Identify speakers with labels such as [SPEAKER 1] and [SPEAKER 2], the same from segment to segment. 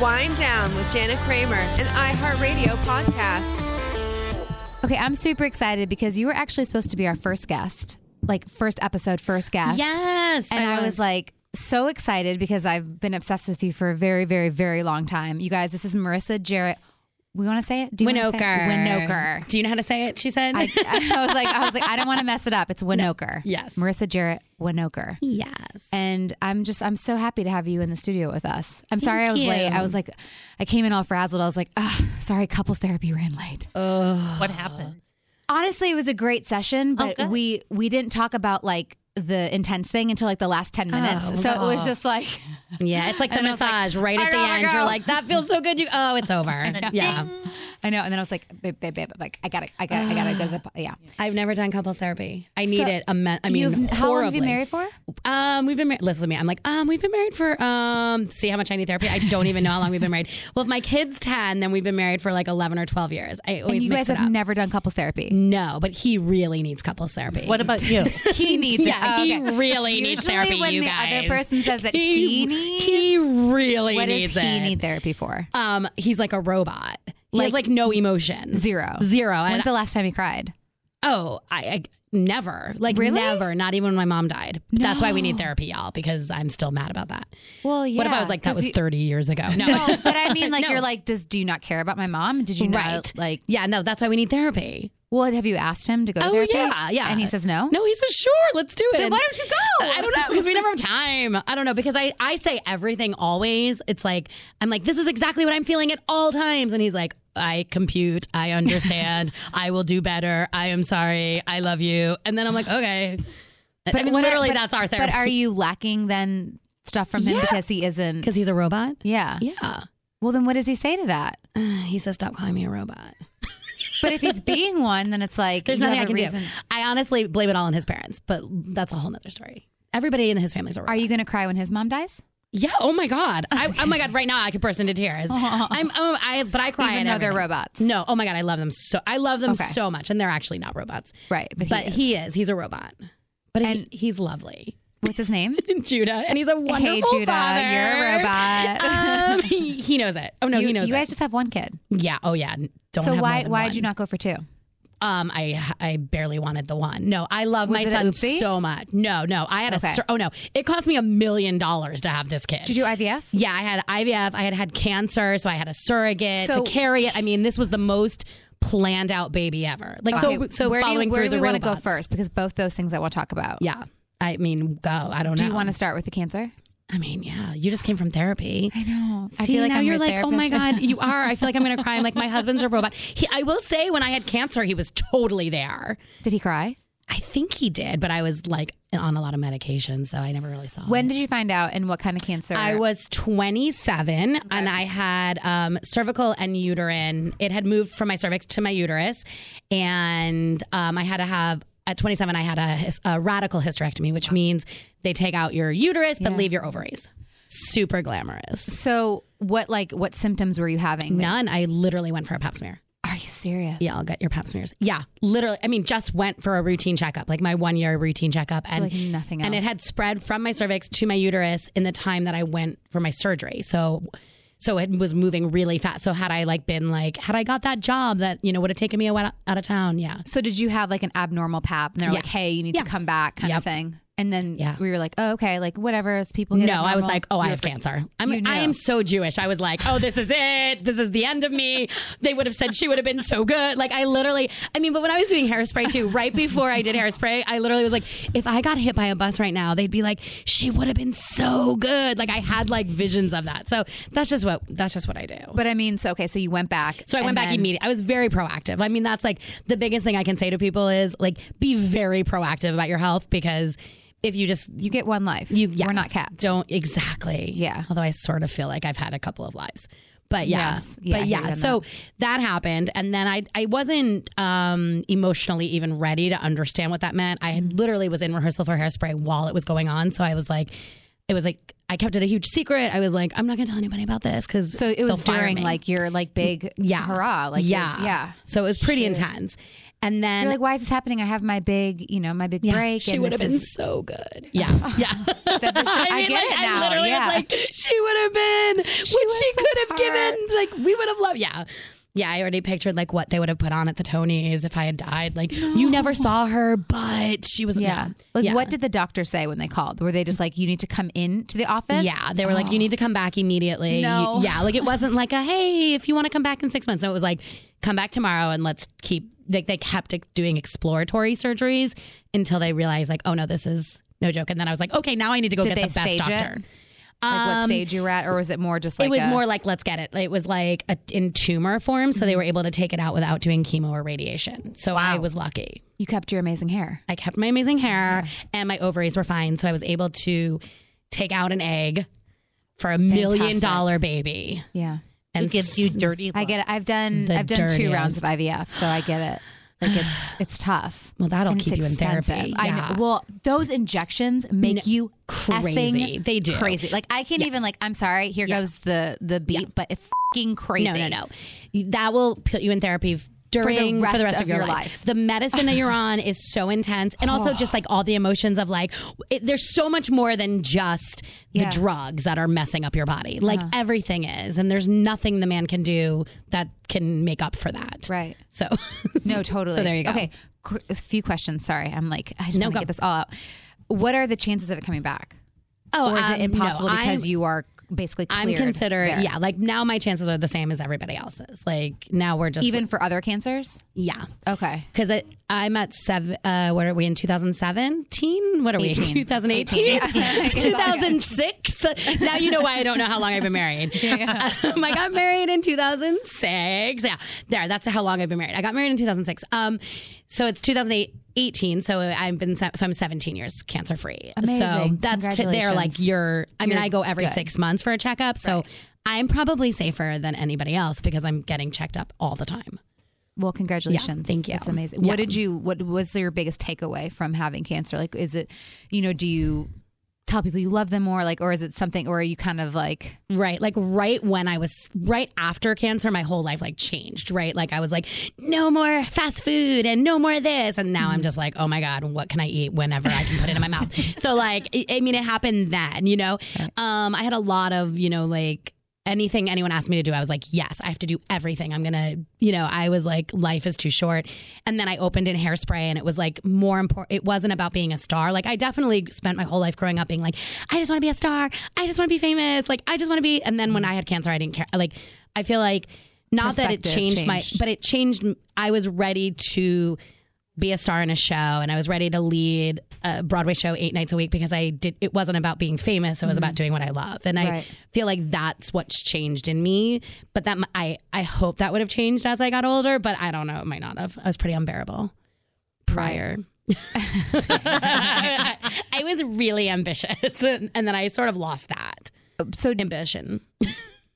[SPEAKER 1] Wind Down with Jana Kramer, an iHeartRadio podcast.
[SPEAKER 2] Okay, I'm super excited because you were actually supposed to be our first guest, like first episode, first guest.
[SPEAKER 3] Yes.
[SPEAKER 2] And I was like so excited because I've been obsessed with you for a very, very, very long time. You guys, this is Marissa Jarrett. We want to say it? Do you wanna
[SPEAKER 3] Winoker.
[SPEAKER 2] say it? Winoker.
[SPEAKER 3] Do you know how to say it? She said.
[SPEAKER 2] I, I was like, I was like, I don't want to mess it up. It's Winoker.
[SPEAKER 3] yes.
[SPEAKER 2] Marissa Jarrett Winoker.
[SPEAKER 3] yes.
[SPEAKER 2] And I'm just, I'm so happy to have you in the studio with us. I'm sorry I was
[SPEAKER 3] you.
[SPEAKER 2] late. I was like, I came in all frazzled. I was like, oh, sorry, couples therapy ran late.
[SPEAKER 4] What happened?
[SPEAKER 2] Honestly, it was a great session, but
[SPEAKER 4] good.
[SPEAKER 2] we we didn't talk about like the intense thing until like the last ten minutes.
[SPEAKER 3] Oh,
[SPEAKER 2] so it was just like,
[SPEAKER 3] yeah, it's like the
[SPEAKER 2] And I was like,
[SPEAKER 3] massage right
[SPEAKER 2] I
[SPEAKER 3] at the
[SPEAKER 2] gotta
[SPEAKER 3] end.
[SPEAKER 2] go.
[SPEAKER 3] You're like, that feels so good. You oh, it's over. yeah.
[SPEAKER 2] I know. And then I was like, babe, babe, babe, like I gotta, I gotta, I gotta go to the po- yeah.
[SPEAKER 3] I've never done couples therapy. I need
[SPEAKER 2] So,
[SPEAKER 3] it. Imme- I mean,
[SPEAKER 2] You've- how long have
[SPEAKER 3] horribly.
[SPEAKER 2] you been married for?
[SPEAKER 3] Um, we've been married. Listen to me. I'm like, um, we've been married for um. See how much I need therapy. I don't even know how long we've been married. Well, if my kid's ten, then we've been married for like eleven or twelve years. I always
[SPEAKER 2] And you
[SPEAKER 3] mix
[SPEAKER 2] guys
[SPEAKER 3] it
[SPEAKER 2] have
[SPEAKER 3] up.
[SPEAKER 2] never done couples therapy.
[SPEAKER 3] no, but he really needs couples therapy.
[SPEAKER 4] What about you?
[SPEAKER 2] He needs
[SPEAKER 3] Yeah,
[SPEAKER 2] it.
[SPEAKER 3] he really needs
[SPEAKER 2] Usually
[SPEAKER 3] therapy,
[SPEAKER 2] When
[SPEAKER 3] you
[SPEAKER 2] the other
[SPEAKER 3] guys.
[SPEAKER 2] person says that he, needs,
[SPEAKER 3] He really
[SPEAKER 2] what does
[SPEAKER 3] needs
[SPEAKER 2] he
[SPEAKER 3] it.
[SPEAKER 2] need therapy for?
[SPEAKER 3] Um, he's like a robot. He has
[SPEAKER 2] Like-
[SPEAKER 3] like no emotion.
[SPEAKER 2] Zero.
[SPEAKER 3] Zero. And
[SPEAKER 2] When's the last time he cried?
[SPEAKER 3] oh, I, I never. Like
[SPEAKER 2] Really?
[SPEAKER 3] never. Not even when my mom died. That's why we need therapy, y'all, because I'm still mad about that.
[SPEAKER 2] Well, yeah.
[SPEAKER 3] What if I was like that
[SPEAKER 2] 'cause
[SPEAKER 3] was
[SPEAKER 2] you-
[SPEAKER 3] 30 years ago? No.
[SPEAKER 2] No, but I mean, like,
[SPEAKER 3] No.
[SPEAKER 2] you're like, does do you not care about my mom? Did you
[SPEAKER 3] Right.
[SPEAKER 2] not like?
[SPEAKER 3] yeah, no, that's why we need therapy.
[SPEAKER 2] Well, have you asked him to go to
[SPEAKER 3] Oh,
[SPEAKER 2] therapy?
[SPEAKER 3] yeah, yeah.
[SPEAKER 2] And he says no.
[SPEAKER 3] No, he says sure, let's do it.
[SPEAKER 2] Oh. Then
[SPEAKER 3] And-
[SPEAKER 2] why don't you go?
[SPEAKER 3] I don't know because we never have time. I don't know because I I say everything always. It's like I'm like this is exactly what I'm feeling at all times, and he's like. I compute. I understand. I will do better. I am sorry. I love you. And then I'm like, okay. I mean,
[SPEAKER 2] what are-
[SPEAKER 3] literally,
[SPEAKER 2] but-
[SPEAKER 3] that's our therapy.
[SPEAKER 2] But are you lacking then stuff from him because he isn't?
[SPEAKER 3] because he's a robot.
[SPEAKER 2] Yeah.
[SPEAKER 3] Yeah.
[SPEAKER 2] Well, then what does he say to that?
[SPEAKER 3] Uh, he says, "Stop calling me a robot."
[SPEAKER 2] But if he's being one, then it's like
[SPEAKER 3] There's
[SPEAKER 2] you
[SPEAKER 3] nothing I
[SPEAKER 2] have a
[SPEAKER 3] can do.
[SPEAKER 2] reason-
[SPEAKER 3] I honestly blame it all on his parents, but that's a whole nother story. Everybody in his family's a robot.
[SPEAKER 2] Are you going to cry when his mom dies?
[SPEAKER 3] Yeah. Oh my god. I, oh my god. Right now, I could burst into tears. I'm. Oh, I. But I cry.
[SPEAKER 2] Even
[SPEAKER 3] at
[SPEAKER 2] though they're
[SPEAKER 3] everything.
[SPEAKER 2] robots.
[SPEAKER 3] No. Oh my god. I love them so. I love them
[SPEAKER 2] Okay.
[SPEAKER 3] so much, and they're actually not robots.
[SPEAKER 2] Right, but he
[SPEAKER 3] But
[SPEAKER 2] is.
[SPEAKER 3] he is. He's a robot. But
[SPEAKER 2] And-
[SPEAKER 3] he, he's lovely,
[SPEAKER 2] What's his name?
[SPEAKER 3] Judah, and he's a wonderful
[SPEAKER 2] hey, Judah,
[SPEAKER 3] father.
[SPEAKER 2] you're a robot.
[SPEAKER 3] Um, he, he knows it. Oh no,
[SPEAKER 2] you,
[SPEAKER 3] he knows
[SPEAKER 2] you
[SPEAKER 3] it.
[SPEAKER 2] guys just have one kid.
[SPEAKER 3] yeah. Oh yeah. Don't
[SPEAKER 2] so
[SPEAKER 3] have
[SPEAKER 2] why
[SPEAKER 3] more than
[SPEAKER 2] why
[SPEAKER 3] one.
[SPEAKER 2] did you not go for two?
[SPEAKER 3] Um, I I barely wanted the one. No, I love my
[SPEAKER 2] Was it a
[SPEAKER 3] son
[SPEAKER 2] oopsie?
[SPEAKER 3] so much. No, no, I had
[SPEAKER 2] Okay.
[SPEAKER 3] a. sur- Oh no, it cost me a million dollars to have this kid.
[SPEAKER 2] Did you do IVF?
[SPEAKER 3] Yeah, I had IVF. I had had cancer, so I had a surrogate
[SPEAKER 2] So-
[SPEAKER 3] to carry it. I mean, this was the most planned out baby ever. Like so,
[SPEAKER 2] Okay,
[SPEAKER 3] so
[SPEAKER 2] where do
[SPEAKER 3] following
[SPEAKER 2] you, where
[SPEAKER 3] through
[SPEAKER 2] do
[SPEAKER 3] the
[SPEAKER 2] we wanna
[SPEAKER 3] robots.
[SPEAKER 2] go first? Because both those things I want to talk about.
[SPEAKER 3] Yeah, I mean, go. I don't
[SPEAKER 2] Do
[SPEAKER 3] know.
[SPEAKER 2] you want to start with the cancer?
[SPEAKER 3] I mean, yeah, you just came from therapy.
[SPEAKER 2] I know.
[SPEAKER 3] See,
[SPEAKER 2] I feel like
[SPEAKER 3] now
[SPEAKER 2] I'm
[SPEAKER 3] you're
[SPEAKER 2] your
[SPEAKER 3] like, oh my
[SPEAKER 2] therapist.
[SPEAKER 3] god, you are. I feel like I'm gonna cry. I'm like, my husband's a robot. He, I will say, when I had cancer, he was totally there.
[SPEAKER 2] Did he cry?
[SPEAKER 3] I think he did, but I was like on a lot of medication, so I never really saw. him.
[SPEAKER 2] When did you find out and what kind of cancer?
[SPEAKER 3] I was 27 and I had um, cervical and uterine. It had moved from my cervix to my uterus. And um, I had to have, at 27, I had a, hys- a radical hysterectomy, which means they take out your uterus but leave your ovaries. Super glamorous.
[SPEAKER 2] So what like what symptoms were you having?
[SPEAKER 3] None. I literally went for a pap smear.
[SPEAKER 2] Are you serious?
[SPEAKER 3] Yeah, I'll get your pap smears. Yeah, literally. I mean, just went for a routine checkup, like my one year routine checkup. and
[SPEAKER 2] like nothing
[SPEAKER 3] And it
[SPEAKER 2] else.
[SPEAKER 3] had spread from my cervix to my uterus in the time that I went for my surgery. So, so it was moving really fast. So had I like been like, had I got that job that, you know, would have taken me a while out of town. Yeah.
[SPEAKER 2] So did you have like an abnormal pap and they're like, hey, you need
[SPEAKER 3] Yeah.
[SPEAKER 2] to come back kind
[SPEAKER 3] Yep.
[SPEAKER 2] of thing? And then
[SPEAKER 3] Yeah.
[SPEAKER 2] we were like, oh, okay, like whatever. As people get
[SPEAKER 3] no, I was
[SPEAKER 2] abnormal,
[SPEAKER 3] like, oh, I
[SPEAKER 2] you're
[SPEAKER 3] have
[SPEAKER 2] fine.
[SPEAKER 3] cancer. I'm,
[SPEAKER 2] You
[SPEAKER 3] I
[SPEAKER 2] knew.
[SPEAKER 3] am so Jewish. I was like, oh, this is it. This is the end of me. They would have said she would have been so good. Like, I literally, I mean, but when I was doing hairspray too, right before I did hairspray, I literally was like, if I got hit by a bus right now, they'd be like, she would have been so good. Like, I had like visions of that. So that's just what that's just what I do.
[SPEAKER 2] But I mean, so okay, so you went back.
[SPEAKER 3] So I went
[SPEAKER 2] and
[SPEAKER 3] back
[SPEAKER 2] then-
[SPEAKER 3] immediately. I was very proactive. I mean, that's like the biggest thing I can say to people is like be very proactive about your health because if you just
[SPEAKER 2] You get one life.
[SPEAKER 3] you
[SPEAKER 2] we're not
[SPEAKER 3] yes,
[SPEAKER 2] cats.
[SPEAKER 3] Don't exactly.
[SPEAKER 2] Yeah.
[SPEAKER 3] Although I sort of feel like I've had a couple of lives. But yeah.
[SPEAKER 2] Yes. Yeah, I
[SPEAKER 3] but
[SPEAKER 2] hear you
[SPEAKER 3] yeah.
[SPEAKER 2] on
[SPEAKER 3] So that. happened. And then I I wasn't um emotionally even ready to understand what that meant. I
[SPEAKER 2] Mm-hmm.
[SPEAKER 3] had literally was in rehearsal for hairspray while it was going on. So I was like it was like I kept it a huge secret. I was like, I'm not gonna tell anybody about this because
[SPEAKER 2] So it was during like your like big
[SPEAKER 3] yeah
[SPEAKER 2] hurrah like your-
[SPEAKER 3] yeah
[SPEAKER 2] yeah
[SPEAKER 3] so it was pretty intense And then
[SPEAKER 2] You're like, why is this happening? I have my big, you know, my big
[SPEAKER 3] Yeah,
[SPEAKER 2] break.
[SPEAKER 3] She
[SPEAKER 2] and
[SPEAKER 3] would have
[SPEAKER 2] this
[SPEAKER 3] been
[SPEAKER 2] is-
[SPEAKER 3] so good. Yeah, yeah.
[SPEAKER 2] I get
[SPEAKER 3] like,
[SPEAKER 2] it now,
[SPEAKER 3] I literally
[SPEAKER 2] yeah.
[SPEAKER 3] was like, she would have been. She what
[SPEAKER 2] was
[SPEAKER 3] she
[SPEAKER 2] the
[SPEAKER 3] could have
[SPEAKER 2] part.
[SPEAKER 3] given. Like we would have loved. Yeah, yeah. I already pictured like what they would have put on at the Tonys if I had died. Like you never saw her, but she was.
[SPEAKER 2] Yeah.
[SPEAKER 3] Yeah.
[SPEAKER 2] Like,
[SPEAKER 3] yeah.
[SPEAKER 2] what did the doctor say when they called? Were they just like, you need to come in to the office?
[SPEAKER 3] Yeah, they were like, you need to come back immediately. You-
[SPEAKER 2] No.
[SPEAKER 3] yeah, like it wasn't like a hey, if you want to come back in six months. No, it was like come back tomorrow and let's keep. They, they kept doing exploratory surgeries until they realized like, oh no, this is no joke. And then I was like, okay, now I need to go
[SPEAKER 2] Did
[SPEAKER 3] get
[SPEAKER 2] they
[SPEAKER 3] the best
[SPEAKER 2] stage it?
[SPEAKER 3] doctor.
[SPEAKER 2] Like, what
[SPEAKER 3] Um,
[SPEAKER 2] stage you were at? Or was it more just like
[SPEAKER 3] it was
[SPEAKER 2] a-
[SPEAKER 3] more like let's get it. It was like a, in tumor form, so they were able to take it out without doing chemo or radiation. So I was lucky.
[SPEAKER 2] you kept your amazing hair?
[SPEAKER 3] I kept my amazing hair and my ovaries were fine, so I was able to take out an egg for a million
[SPEAKER 2] Fantastic.
[SPEAKER 3] dollar baby.
[SPEAKER 2] Yeah.
[SPEAKER 3] And
[SPEAKER 4] It gives you
[SPEAKER 3] s-
[SPEAKER 4] dirty. Looks.
[SPEAKER 2] I get it. I've done,
[SPEAKER 3] The
[SPEAKER 2] I've done two rounds of
[SPEAKER 3] dirtiest.
[SPEAKER 2] IVF, so I get it. Like, it's, it's tough.
[SPEAKER 3] well, that'll
[SPEAKER 2] And it's
[SPEAKER 3] keep you in
[SPEAKER 2] expensive.
[SPEAKER 3] therapy.
[SPEAKER 2] I know.
[SPEAKER 3] Yeah.
[SPEAKER 2] Well, those injections make you
[SPEAKER 3] crazy.
[SPEAKER 2] effing
[SPEAKER 3] They do.
[SPEAKER 2] crazy. Like I can't even like. I'm sorry. Here
[SPEAKER 3] Yeah.
[SPEAKER 2] goes the the beat, but it's fucking crazy.
[SPEAKER 3] No, no, no. That will put you in therapy f- during for the rest, of, your, life. The medicine that you're on is so intense, and also
[SPEAKER 2] Oh.
[SPEAKER 3] just like all the emotions of like, it, there's so much more than just the
[SPEAKER 2] Yeah. Uh-huh.
[SPEAKER 3] drugs that are messing up your body. Like everything is, and there's nothing the man can do that can make up for that.
[SPEAKER 2] Right.
[SPEAKER 3] So,
[SPEAKER 2] No, totally.
[SPEAKER 3] So there you go.
[SPEAKER 2] Okay, qu- a few questions. Sorry, I'm like I just
[SPEAKER 3] No,
[SPEAKER 2] want to
[SPEAKER 3] go.
[SPEAKER 2] get this all out. What are the chances of it coming back,
[SPEAKER 3] oh,
[SPEAKER 2] or is
[SPEAKER 3] um,
[SPEAKER 2] it impossible
[SPEAKER 3] no,
[SPEAKER 2] because
[SPEAKER 3] I'm-
[SPEAKER 2] you are basically
[SPEAKER 3] I'm
[SPEAKER 2] cleared
[SPEAKER 3] considered,
[SPEAKER 2] there?
[SPEAKER 3] yeah. Like now, my chances are the same as everybody else's. Like now, we're just
[SPEAKER 2] even for other cancers.
[SPEAKER 3] yeah.
[SPEAKER 2] Okay,
[SPEAKER 3] Because I'm at seven. Uh, what are we in 2017? What are we?
[SPEAKER 2] Eighteen.
[SPEAKER 3] 2018,
[SPEAKER 2] Yeah.
[SPEAKER 3] 2006. now you know why I don't know how long I've been married. Um, I got married in 2006. Yeah, there. That's how long I've been married. I got married in 2006. Um, so it's 2018. So I've been se- so I'm 17 years cancer free. So
[SPEAKER 2] Amazing.
[SPEAKER 3] that's t- they're like
[SPEAKER 2] Congratulations.
[SPEAKER 3] you're. I mean,
[SPEAKER 2] You're
[SPEAKER 3] I go every
[SPEAKER 2] good.
[SPEAKER 3] six months for a checkup. So. I'm probably safer than anybody else because I'm getting checked up all the time.
[SPEAKER 2] well, congratulations.
[SPEAKER 3] thank you.
[SPEAKER 2] That's amazing.
[SPEAKER 3] Yeah.
[SPEAKER 2] What did you? What was your biggest takeaway from having cancer? Like, is it, you know, do you tell people you love them more, like, or is it something, or are you kind of like,
[SPEAKER 3] Right. Like right when I was right after cancer, my whole life like changed, right? Like I was like, no more fast food and no more this. And now I'm just like, oh my God, what can I eat whenever I can put it in my mouth? So like, I- I mean, it happened then, you know? Um, I had a lot of, you know, like anything anyone asked me to do, I was like, yes, I have to do everything. I'm going to, you know, I was like, life is too short. And then I opened in hairspray and it was like more important. It wasn't about being a star. Like I definitely spent my whole life growing up being like, I just want to be a star. I just want to be famous. Like I just want to be. And then
[SPEAKER 2] Mm.
[SPEAKER 3] when I had cancer, I didn't care. Like I feel like not that it
[SPEAKER 2] Perspective
[SPEAKER 3] changed, my,
[SPEAKER 2] changed.
[SPEAKER 3] but it changed. I was ready to be a star in a show and I was ready to lead a Broadway show eight nights a week because I did it wasn't about being famous it was about doing what I love and I
[SPEAKER 2] Mm-hmm. Right.
[SPEAKER 3] feel like that's what's changed in me but that m- I I hope that would have changed as I got older but I don't know it might not have I was pretty unbearable prior I, I was really ambitious and, and then I sort of lost that
[SPEAKER 2] so
[SPEAKER 3] ambition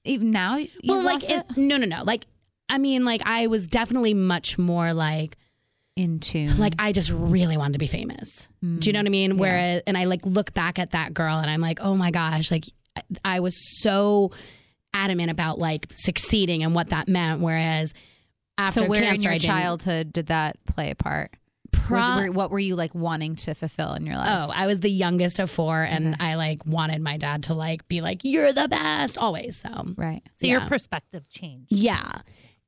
[SPEAKER 2] even now? You
[SPEAKER 3] well like
[SPEAKER 2] lost it?
[SPEAKER 3] it- no no no like I mean like I was definitely much more like
[SPEAKER 2] in tune.
[SPEAKER 3] like I just really wanted to be famous. Do you know what I
[SPEAKER 2] Mm.
[SPEAKER 3] mean? Whereas, and I like look back at that girl and I'm like, oh my gosh, like I, I was so adamant about like succeeding and what that meant. Whereas after
[SPEAKER 2] so where
[SPEAKER 3] cancer,
[SPEAKER 2] in
[SPEAKER 3] I
[SPEAKER 2] your
[SPEAKER 3] didn't-
[SPEAKER 2] childhood did that play a part? Was-
[SPEAKER 3] Pro-
[SPEAKER 2] were- what were you like wanting to fulfill in your life?
[SPEAKER 3] oh, I was the youngest of four, and I like wanted my dad to like be like, you're the best always. So
[SPEAKER 2] right.
[SPEAKER 4] so
[SPEAKER 3] yeah.
[SPEAKER 4] your perspective changed.
[SPEAKER 2] Mm-hmm.
[SPEAKER 3] Yeah.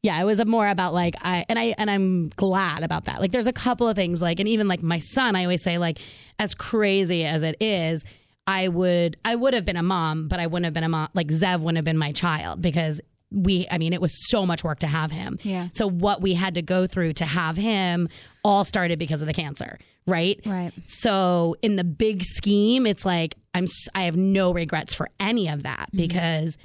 [SPEAKER 3] Yeah, it was a more about like I and I and I'm glad about that. Like there's a couple of things like and even like my son, I always say like as crazy as it is, I would I would have been a mom, but I wouldn't have been a mom like Zev wouldn't have been my child because we I mean it was so much work to have him.
[SPEAKER 2] Yeah.
[SPEAKER 3] So what we had to go through to have him all started because of the cancer, right?
[SPEAKER 2] Right.
[SPEAKER 3] So in the big scheme, it's like I'm s- I have no regrets for any of that
[SPEAKER 2] Mm-hmm.
[SPEAKER 3] because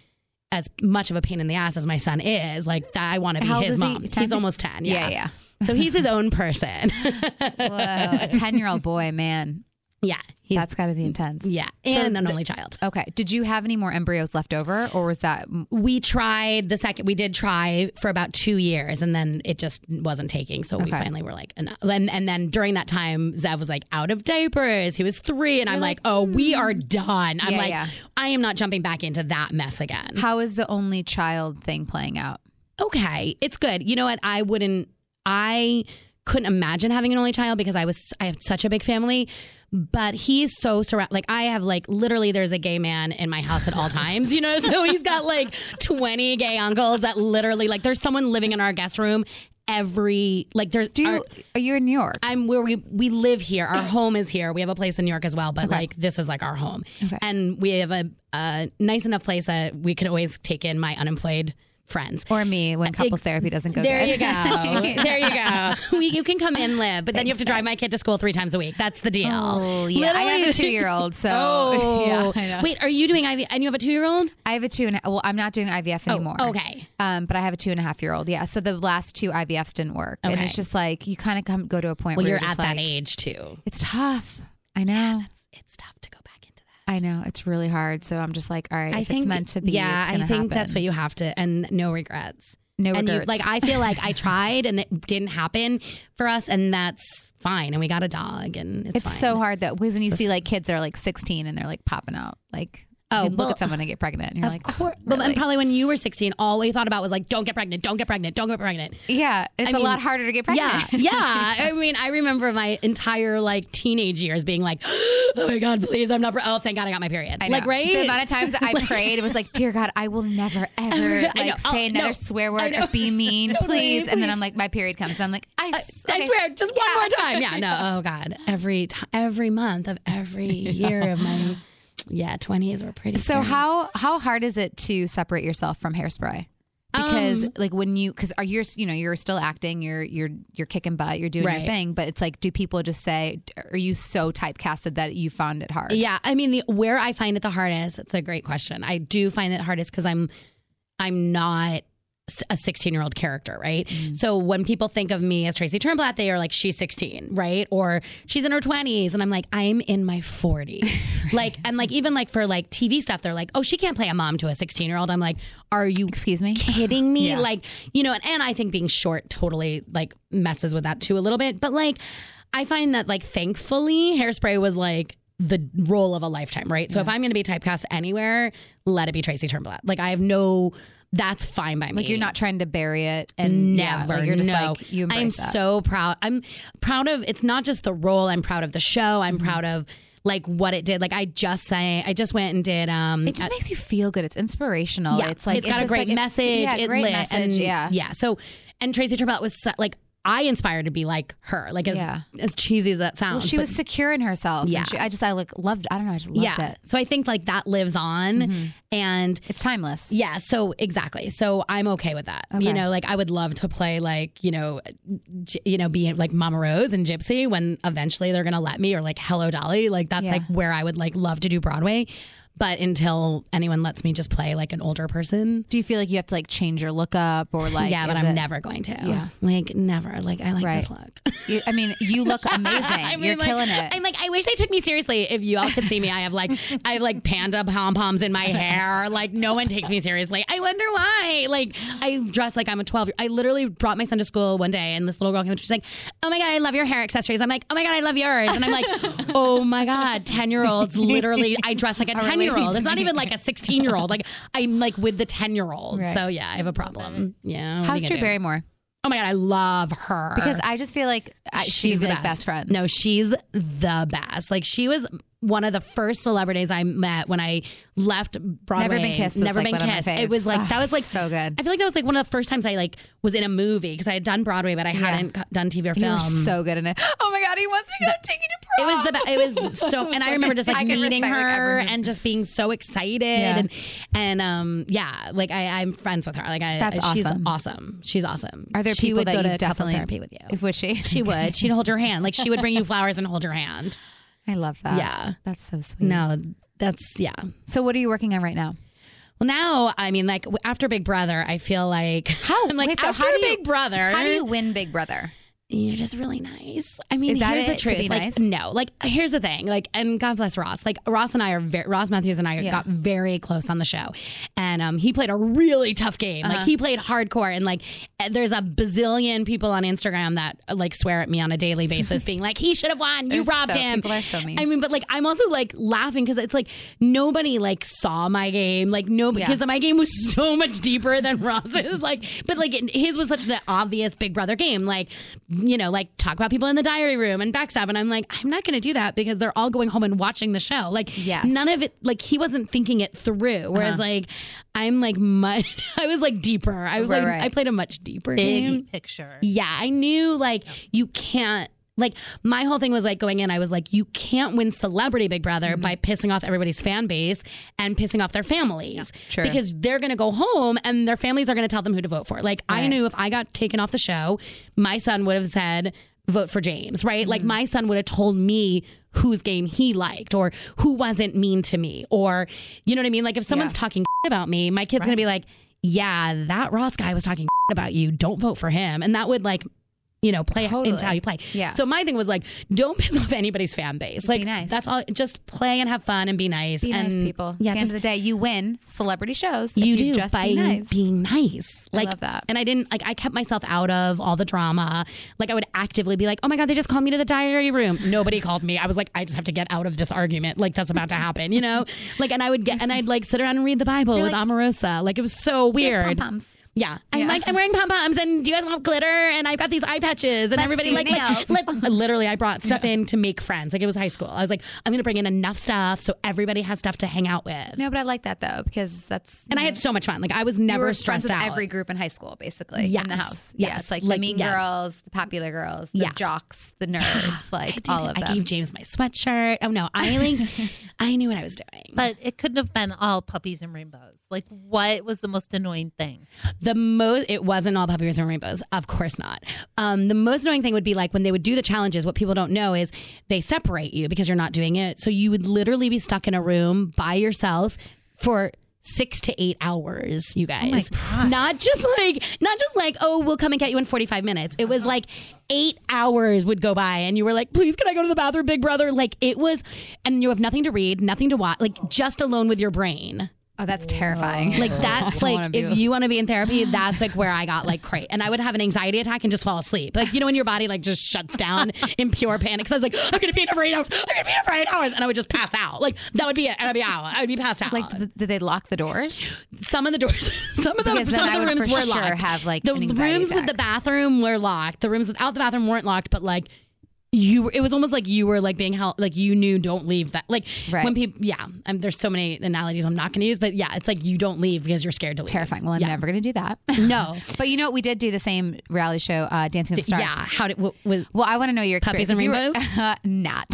[SPEAKER 3] as much of a pain in the ass as my son is, like that I want to be
[SPEAKER 2] How old
[SPEAKER 3] his
[SPEAKER 2] is he?
[SPEAKER 3] mom.
[SPEAKER 2] 10?
[SPEAKER 3] He's almost ten.
[SPEAKER 2] Yeah,
[SPEAKER 3] Yeah,
[SPEAKER 2] yeah.
[SPEAKER 3] so he's his own person.
[SPEAKER 2] Whoa, a ten-year-old boy, man,
[SPEAKER 3] yeah, he's
[SPEAKER 2] that's got to be intense.
[SPEAKER 3] yeah, and an only child.
[SPEAKER 2] Okay. Did you have any more embryos left over, or was that?
[SPEAKER 3] We tried the second. We did try for about two years, and then it just wasn't taking. So we
[SPEAKER 2] Okay.
[SPEAKER 3] finally were like, enough. And, and then during that time, Zev was like out of diapers. He was three, and I'm like, oh, we are done. I'm
[SPEAKER 2] "Hmm." Yeah,
[SPEAKER 3] like,
[SPEAKER 2] yeah.
[SPEAKER 3] I am not jumping back into that mess again.
[SPEAKER 2] How is the only child thing playing out?
[SPEAKER 3] okay, it's good. You know what? I wouldn't. I couldn't imagine having an only child because I was I have such a big family. But he's so surrounded. Like I have like literally, there's a gay man in my house at all times. You know, so he's got like 20 gay uncles that literally like there's someone living in our guest room every like there's
[SPEAKER 2] Do
[SPEAKER 3] our-
[SPEAKER 2] you, are you in New York?
[SPEAKER 3] I'm where we we live here. Our home is here. We have a place in New York as well, but like this is like our home, and we have a, a nice enough place that we can always take in my unemployed friends.
[SPEAKER 2] or me when couples therapy doesn't go
[SPEAKER 3] there
[SPEAKER 2] good.
[SPEAKER 3] you go. there you go. We, you can come and live, but then you have to drive my kid to school three times a week. That's the deal.
[SPEAKER 2] Oh, yeah. I have
[SPEAKER 3] Literally-
[SPEAKER 2] a two year old, so
[SPEAKER 3] Oh,
[SPEAKER 2] yeah, I know.
[SPEAKER 3] wait. Are you doing IV? And you have a two-year-old?
[SPEAKER 2] I have a two and well, I'm not doing IVF anymore.
[SPEAKER 3] Oh, okay.
[SPEAKER 2] Um, but I have a two and a half year old. Yeah. So the last two IVFs didn't work, and
[SPEAKER 3] Okay.
[SPEAKER 2] it's just like you kind of come go to a point
[SPEAKER 3] Well,
[SPEAKER 2] where
[SPEAKER 3] you're
[SPEAKER 2] just
[SPEAKER 3] at that
[SPEAKER 2] like,
[SPEAKER 3] age too.
[SPEAKER 2] It's tough. I know.
[SPEAKER 3] It's tough to go back into that.
[SPEAKER 2] I know. It's really hard. So I'm just like, all right, if it's meant to be.
[SPEAKER 3] Yeah,
[SPEAKER 2] it's
[SPEAKER 3] I
[SPEAKER 2] gonna
[SPEAKER 3] think that's
[SPEAKER 2] happen.
[SPEAKER 3] what you have to, and no regrets.
[SPEAKER 2] No
[SPEAKER 3] and you
[SPEAKER 2] regrets.
[SPEAKER 3] like I feel like I tried and it didn't happen for us, and that's fine. And we got a dog, and it's,
[SPEAKER 2] it's
[SPEAKER 3] fine.
[SPEAKER 2] so hard though, because when you see like kids that are like 16 and they're like popping out, like
[SPEAKER 3] Oh,
[SPEAKER 2] you look
[SPEAKER 3] well,
[SPEAKER 2] at someone and get pregnant, and you're like,
[SPEAKER 3] Of course. But-
[SPEAKER 2] really?
[SPEAKER 3] And probably when you were 16, all we thought about was like, don't get pregnant, don't get pregnant, don't get pregnant.
[SPEAKER 2] yeah, it's a
[SPEAKER 3] mean,
[SPEAKER 2] lot harder to get pregnant.
[SPEAKER 3] Yeah, yeah. I mean, I remember my entire like teenage years being like, oh my god, please, I'm not. Pre- oh, thank God, I got my period.
[SPEAKER 2] I
[SPEAKER 3] like,
[SPEAKER 2] know.
[SPEAKER 3] right?
[SPEAKER 2] The amount of times I prayed, it was like, dear God, I will never, ever
[SPEAKER 3] I know.
[SPEAKER 2] like
[SPEAKER 3] I'll-
[SPEAKER 2] say another
[SPEAKER 3] no.
[SPEAKER 2] swear
[SPEAKER 3] I
[SPEAKER 2] word
[SPEAKER 3] know.
[SPEAKER 2] or be mean,
[SPEAKER 3] Totally,
[SPEAKER 2] please. And
[SPEAKER 3] please.
[SPEAKER 2] then I'm like, my period comes. I'm like, I, s-
[SPEAKER 3] I
[SPEAKER 2] okay.
[SPEAKER 3] swear, just one more time. Yeah, no. Oh God, every t- every month of every year of my yeah twenties were pretty.
[SPEAKER 2] So
[SPEAKER 3] scary.
[SPEAKER 2] how how hard is it to separate yourself from hairspray? Because
[SPEAKER 3] Um,
[SPEAKER 2] like when you because are you you know you're still acting you're you're you're kicking butt you're doing
[SPEAKER 3] Right.
[SPEAKER 2] your thing but it's like do people just say are you so typecasted that you found it hard?
[SPEAKER 3] Yeah, I mean, the where I find it the hardest. It's a great question. I do find it hardest because I'm, I'm not s- a 16 year old character, right? So when people think of me as Tracy Turnblatt, they are like, she's 16, right? Or she's in her 20s, and I'm like, I'm in my 40s. Like, and like even like for like TV stuff, they're like, oh, she can't play a mom to a 16 year old. I'm like, are you
[SPEAKER 2] Excuse me.
[SPEAKER 3] kidding me?
[SPEAKER 2] Yeah.
[SPEAKER 3] Like, you know, and, and I think being short totally like messes with that too a little bit. But like, I find that like thankfully, hairspray was like the role of a lifetime, right? So if I'm going to be typecast anywhere, let it be Tracy Turnblatt. Like, I have no, that's fine by me.
[SPEAKER 2] Like you're not trying to bury it and yeah,
[SPEAKER 3] Never.
[SPEAKER 2] like you're just
[SPEAKER 3] no.
[SPEAKER 2] like you
[SPEAKER 3] I'm
[SPEAKER 2] embrace that.
[SPEAKER 3] so proud. I'm proud of it's not just the role. I'm proud of the show.
[SPEAKER 2] Mm-hmm.
[SPEAKER 3] I'm proud of like what it did. Like I just say I just went and did um
[SPEAKER 2] It just makes you feel good. It's inspirational.
[SPEAKER 3] yeah,
[SPEAKER 2] it's like
[SPEAKER 3] it's got a
[SPEAKER 2] just like-
[SPEAKER 3] great
[SPEAKER 2] it-
[SPEAKER 3] message.
[SPEAKER 2] yeah,
[SPEAKER 3] it
[SPEAKER 2] great
[SPEAKER 3] lit,
[SPEAKER 2] message.
[SPEAKER 3] and-
[SPEAKER 2] yeah.
[SPEAKER 3] yeah. So, and Tracy Turnbull was so- like I inspired to be like her. Like as
[SPEAKER 2] Yeah.
[SPEAKER 3] as cheesy as that sounds,
[SPEAKER 2] Well, she
[SPEAKER 3] but-
[SPEAKER 2] was secure in herself. and
[SPEAKER 3] Yeah.
[SPEAKER 2] she- I just I like loved. I don't know. I just loved
[SPEAKER 3] yeah.
[SPEAKER 2] it. Mm-hmm.
[SPEAKER 3] So I think like that lives on, and
[SPEAKER 2] It's timeless.
[SPEAKER 3] yeah. So exactly. So I'm okay with that. You
[SPEAKER 2] Okay.
[SPEAKER 3] know, like I would love to play like you know, J- you know, be like Mama Rose and Gypsy when eventually they're gonna let me, or like Hello Dolly. Like that's
[SPEAKER 2] Yeah.
[SPEAKER 3] like where I would like love to do Broadway. But until anyone lets me just play like an older person,
[SPEAKER 2] Do you feel like you have to like change your look up or like?
[SPEAKER 3] yeah, but
[SPEAKER 2] is
[SPEAKER 3] I'm
[SPEAKER 2] it-
[SPEAKER 3] never going to.
[SPEAKER 2] Yeah.
[SPEAKER 3] Like never. Like I like this
[SPEAKER 2] Right.
[SPEAKER 3] look.
[SPEAKER 2] You- I mean, you look amazing. You're
[SPEAKER 3] like,
[SPEAKER 2] killing it.
[SPEAKER 3] I'm like, I wish they took me seriously. If you all could see me, I have like, I have like panda pom poms in my hair. Like, no one takes me seriously. I wonder why. Like, I dress like I'm a 12 year. I literally brought my son to school one day, and this little girl came up. She's like, Oh my god, I love your hair accessories. I'm like, Oh my god, I love yours. And I'm like, Oh my god, 10 year olds literally. I dress like a 10 year old. It's not even like a 16 year old. Like, I'm like with the 10 year old.
[SPEAKER 2] Right.
[SPEAKER 3] So yeah, I have a problem. Yeah. what are
[SPEAKER 2] How's
[SPEAKER 3] you
[SPEAKER 2] Drew
[SPEAKER 3] gonna do?
[SPEAKER 2] Barrymore?
[SPEAKER 3] Oh my god, I love her
[SPEAKER 2] Because I just feel like I, she's be like best friends.
[SPEAKER 3] No, she's the best. Like she was one of the first celebrities I met when I left Broadway.
[SPEAKER 2] Been Kissed was,
[SPEAKER 3] Never
[SPEAKER 2] like,
[SPEAKER 3] been
[SPEAKER 2] one of my
[SPEAKER 3] kissed.
[SPEAKER 2] faves.
[SPEAKER 3] It was like
[SPEAKER 2] Ugh,
[SPEAKER 3] that was like
[SPEAKER 2] so good.
[SPEAKER 3] I feel like that was like one of the first times I like was in a movie because I had done Broadway but I hadn't co- done TV or
[SPEAKER 2] you
[SPEAKER 3] film.
[SPEAKER 2] were so good in it. Oh my god, he wants to go take you to
[SPEAKER 3] it
[SPEAKER 2] prom.
[SPEAKER 3] was the be- it was so and I remember just like
[SPEAKER 2] I can
[SPEAKER 3] meeting
[SPEAKER 2] recite, like,
[SPEAKER 3] her
[SPEAKER 2] every-
[SPEAKER 3] and just being so excited
[SPEAKER 2] Yeah.
[SPEAKER 3] and and um yeah like I I'm friends with her like I
[SPEAKER 2] That's
[SPEAKER 3] she's
[SPEAKER 2] awesome.
[SPEAKER 3] awesome she's awesome
[SPEAKER 2] Are there
[SPEAKER 3] she
[SPEAKER 2] people
[SPEAKER 3] would
[SPEAKER 2] that
[SPEAKER 3] go
[SPEAKER 2] you
[SPEAKER 3] to couples
[SPEAKER 2] definitely
[SPEAKER 3] therapy with you
[SPEAKER 2] Was she?
[SPEAKER 3] she would she'd hold your hand like she would bring you flowers and hold your hand
[SPEAKER 2] I love that.
[SPEAKER 3] Yeah.
[SPEAKER 2] that's so sweet.
[SPEAKER 3] No, that's yeah.
[SPEAKER 2] So what are you working on right now?
[SPEAKER 3] Well, now I mean, like w- after Big Brother, I feel like how I'm like
[SPEAKER 2] Wait, so
[SPEAKER 3] after
[SPEAKER 2] how do you-
[SPEAKER 3] Big Brother,
[SPEAKER 2] How do you win Big Brother?
[SPEAKER 3] you're just really nice. I mean,
[SPEAKER 2] Is that
[SPEAKER 3] here's
[SPEAKER 2] it,
[SPEAKER 3] the
[SPEAKER 2] to
[SPEAKER 3] truth.
[SPEAKER 2] be
[SPEAKER 3] like,
[SPEAKER 2] nice?
[SPEAKER 3] no, like here's the thing. Like, and God bless Ross. Like Ross and I are very, Ross Matthews and I
[SPEAKER 2] Yeah.
[SPEAKER 3] got very close on the show, and um, he played a really tough game.
[SPEAKER 2] Uh-huh.
[SPEAKER 3] Like he played hardcore, and like and there's a bazillion people on Instagram that uh, like swear at me on a daily basis, being like, he should have won.
[SPEAKER 2] They're
[SPEAKER 3] You robbed
[SPEAKER 2] so-
[SPEAKER 3] him.
[SPEAKER 2] people are so mean.
[SPEAKER 3] I mean, but like I'm also like laughing because it's like nobody like saw my game. Like nobody
[SPEAKER 2] Yeah.
[SPEAKER 3] because my game was so much deeper than Ross's. Like, but like his was such an obvious Big Brother game. Like you know, like talk about people in the diary room and backstab. And I'm like, I'm not going to do that because they're all going home and watching the show. Like,
[SPEAKER 2] Yes. Uh-huh.
[SPEAKER 3] none of it, like, he wasn't thinking it through. Whereas, like, I'm like much, I was like deeper. I was
[SPEAKER 2] Right,
[SPEAKER 3] like,
[SPEAKER 2] right.
[SPEAKER 3] I played a much deeper game.
[SPEAKER 4] Big picture.
[SPEAKER 3] Yeah, I knew like you can't. Like my whole thing was like going in, I was like, you can't win Celebrity Big Brother
[SPEAKER 2] Mm-hmm.
[SPEAKER 3] by pissing off everybody's fan base and pissing off their families,
[SPEAKER 2] Sure.
[SPEAKER 3] because they're gonna go home and their families are gonna tell them who to vote for. Like I
[SPEAKER 2] Right.
[SPEAKER 3] knew if I got taken off the show, my son would have said vote for James, right? Like
[SPEAKER 2] Mm-hmm.
[SPEAKER 3] my son would have told me whose game he liked or who wasn't mean to me or you know what I mean. Like if someone's talking about me, my kid's gonna be like, yeah, that Ross guy was talking about you. Don't vote for him, and that would like. You know, play
[SPEAKER 2] Totally.
[SPEAKER 3] into how you play.
[SPEAKER 2] Yeah.
[SPEAKER 3] So my thing was like, don't piss off anybody's fan base. like,
[SPEAKER 2] be nice.
[SPEAKER 3] that's all. Just play and have fun and be nice.
[SPEAKER 2] Be
[SPEAKER 3] and
[SPEAKER 2] nice, people. At
[SPEAKER 3] Yeah,
[SPEAKER 2] the end
[SPEAKER 3] just
[SPEAKER 2] of the day, you win celebrity shows. if
[SPEAKER 3] you do
[SPEAKER 2] just
[SPEAKER 3] by
[SPEAKER 2] be nice.
[SPEAKER 3] being nice. Like
[SPEAKER 2] love that.
[SPEAKER 3] And I didn't like I kept myself out of all the drama. Like I would actively be like, "Oh my god, they just called me to the diary room." Nobody called me. I was like, "I just have to get out of this argument. Like that's about to happen," you know? Like and I would get and I'd like sit around and read the Bible with
[SPEAKER 2] like,
[SPEAKER 3] Omarosa. Like it was so weird.
[SPEAKER 2] pom-poms.
[SPEAKER 3] Yeah. I'm
[SPEAKER 2] Yeah.
[SPEAKER 3] like, I'm wearing pom poms and do you guys want glitter? And I've got these eye patches and everybody
[SPEAKER 2] do
[SPEAKER 3] like, like
[SPEAKER 2] nails.
[SPEAKER 3] let- literally I brought stuff in to make friends. Like it was high school. I was like, I'm gonna bring in enough stuff so everybody has stuff to hang out with.
[SPEAKER 2] No, but I like that though because that's
[SPEAKER 3] And I had so much fun. Like I was never
[SPEAKER 2] you were friends
[SPEAKER 3] stressed
[SPEAKER 2] with
[SPEAKER 3] out.
[SPEAKER 2] every group in high school, basically, in the
[SPEAKER 3] Yes,
[SPEAKER 2] house. Yeah,
[SPEAKER 3] yes.
[SPEAKER 2] it's like,
[SPEAKER 3] Like,
[SPEAKER 2] the mean
[SPEAKER 3] yes.
[SPEAKER 2] girls, the popular girls, the
[SPEAKER 3] Yeah.
[SPEAKER 2] jocks, the nerds,
[SPEAKER 3] I
[SPEAKER 2] like
[SPEAKER 3] did
[SPEAKER 2] all of
[SPEAKER 3] it. I
[SPEAKER 2] them.
[SPEAKER 3] gave James my sweatshirt. Oh no, I like, I knew what I was doing.
[SPEAKER 4] But it couldn't have been all puppies and rainbows. Like, what was the most annoying thing?
[SPEAKER 3] The most it wasn't all puppies and rainbows, of course not. Um, the most annoying thing would be like when they would do the challenges. What people don't know is they separate you because you're not doing it, so you would literally be stuck in a room by yourself for six to eight hours. You guys, not just like not just like oh we'll come and get you in 45 minutes. It was like eight hours would go by, and you were like, please can I go to the bathroom, Big Brother? Like it was, and you have nothing to read, nothing to watch, like just alone with your brain.
[SPEAKER 2] oh, that's terrifying.
[SPEAKER 3] Like that's like if you want to be in therapy, that's like where I got like cra and I would have an anxiety attack and just fall asleep. Like you know when your body like just shuts down in pure panic. So I was like, I'm gonna be in here for eight hours. I'm gonna be in here for eight hours, and I would just pass out. Like that would be it, and I'd be out. I would be passed out.
[SPEAKER 2] Like, th- did they lock the doors?
[SPEAKER 3] some of the doors, some of the
[SPEAKER 2] Because then
[SPEAKER 3] some
[SPEAKER 2] I
[SPEAKER 3] of the
[SPEAKER 2] would
[SPEAKER 3] rooms
[SPEAKER 2] for
[SPEAKER 3] were
[SPEAKER 2] sure
[SPEAKER 3] locked.
[SPEAKER 2] have, like,
[SPEAKER 3] the
[SPEAKER 2] an anxiety
[SPEAKER 3] rooms with
[SPEAKER 2] attack.
[SPEAKER 3] the bathroom were locked. The rooms without the bathroom weren't locked, but like. You, it was almost like you were like being held, like you knew don't leave that. Like
[SPEAKER 2] Right.
[SPEAKER 3] when people, yeah, um, there's so many analogies I'm not going to use, but yeah, it's like you don't leave because you're scared to leave.
[SPEAKER 2] Terrifying. Well, I'm
[SPEAKER 3] Yeah.
[SPEAKER 2] never going to do that.
[SPEAKER 3] No.
[SPEAKER 2] but you know what? We did do the same reality show, uh, Dancing with the Stars.
[SPEAKER 3] Yeah. How did what was
[SPEAKER 2] Well, I want to know your experience.
[SPEAKER 3] Puppies and
[SPEAKER 2] 'cause you were-
[SPEAKER 3] rainbows?
[SPEAKER 2] uh, not.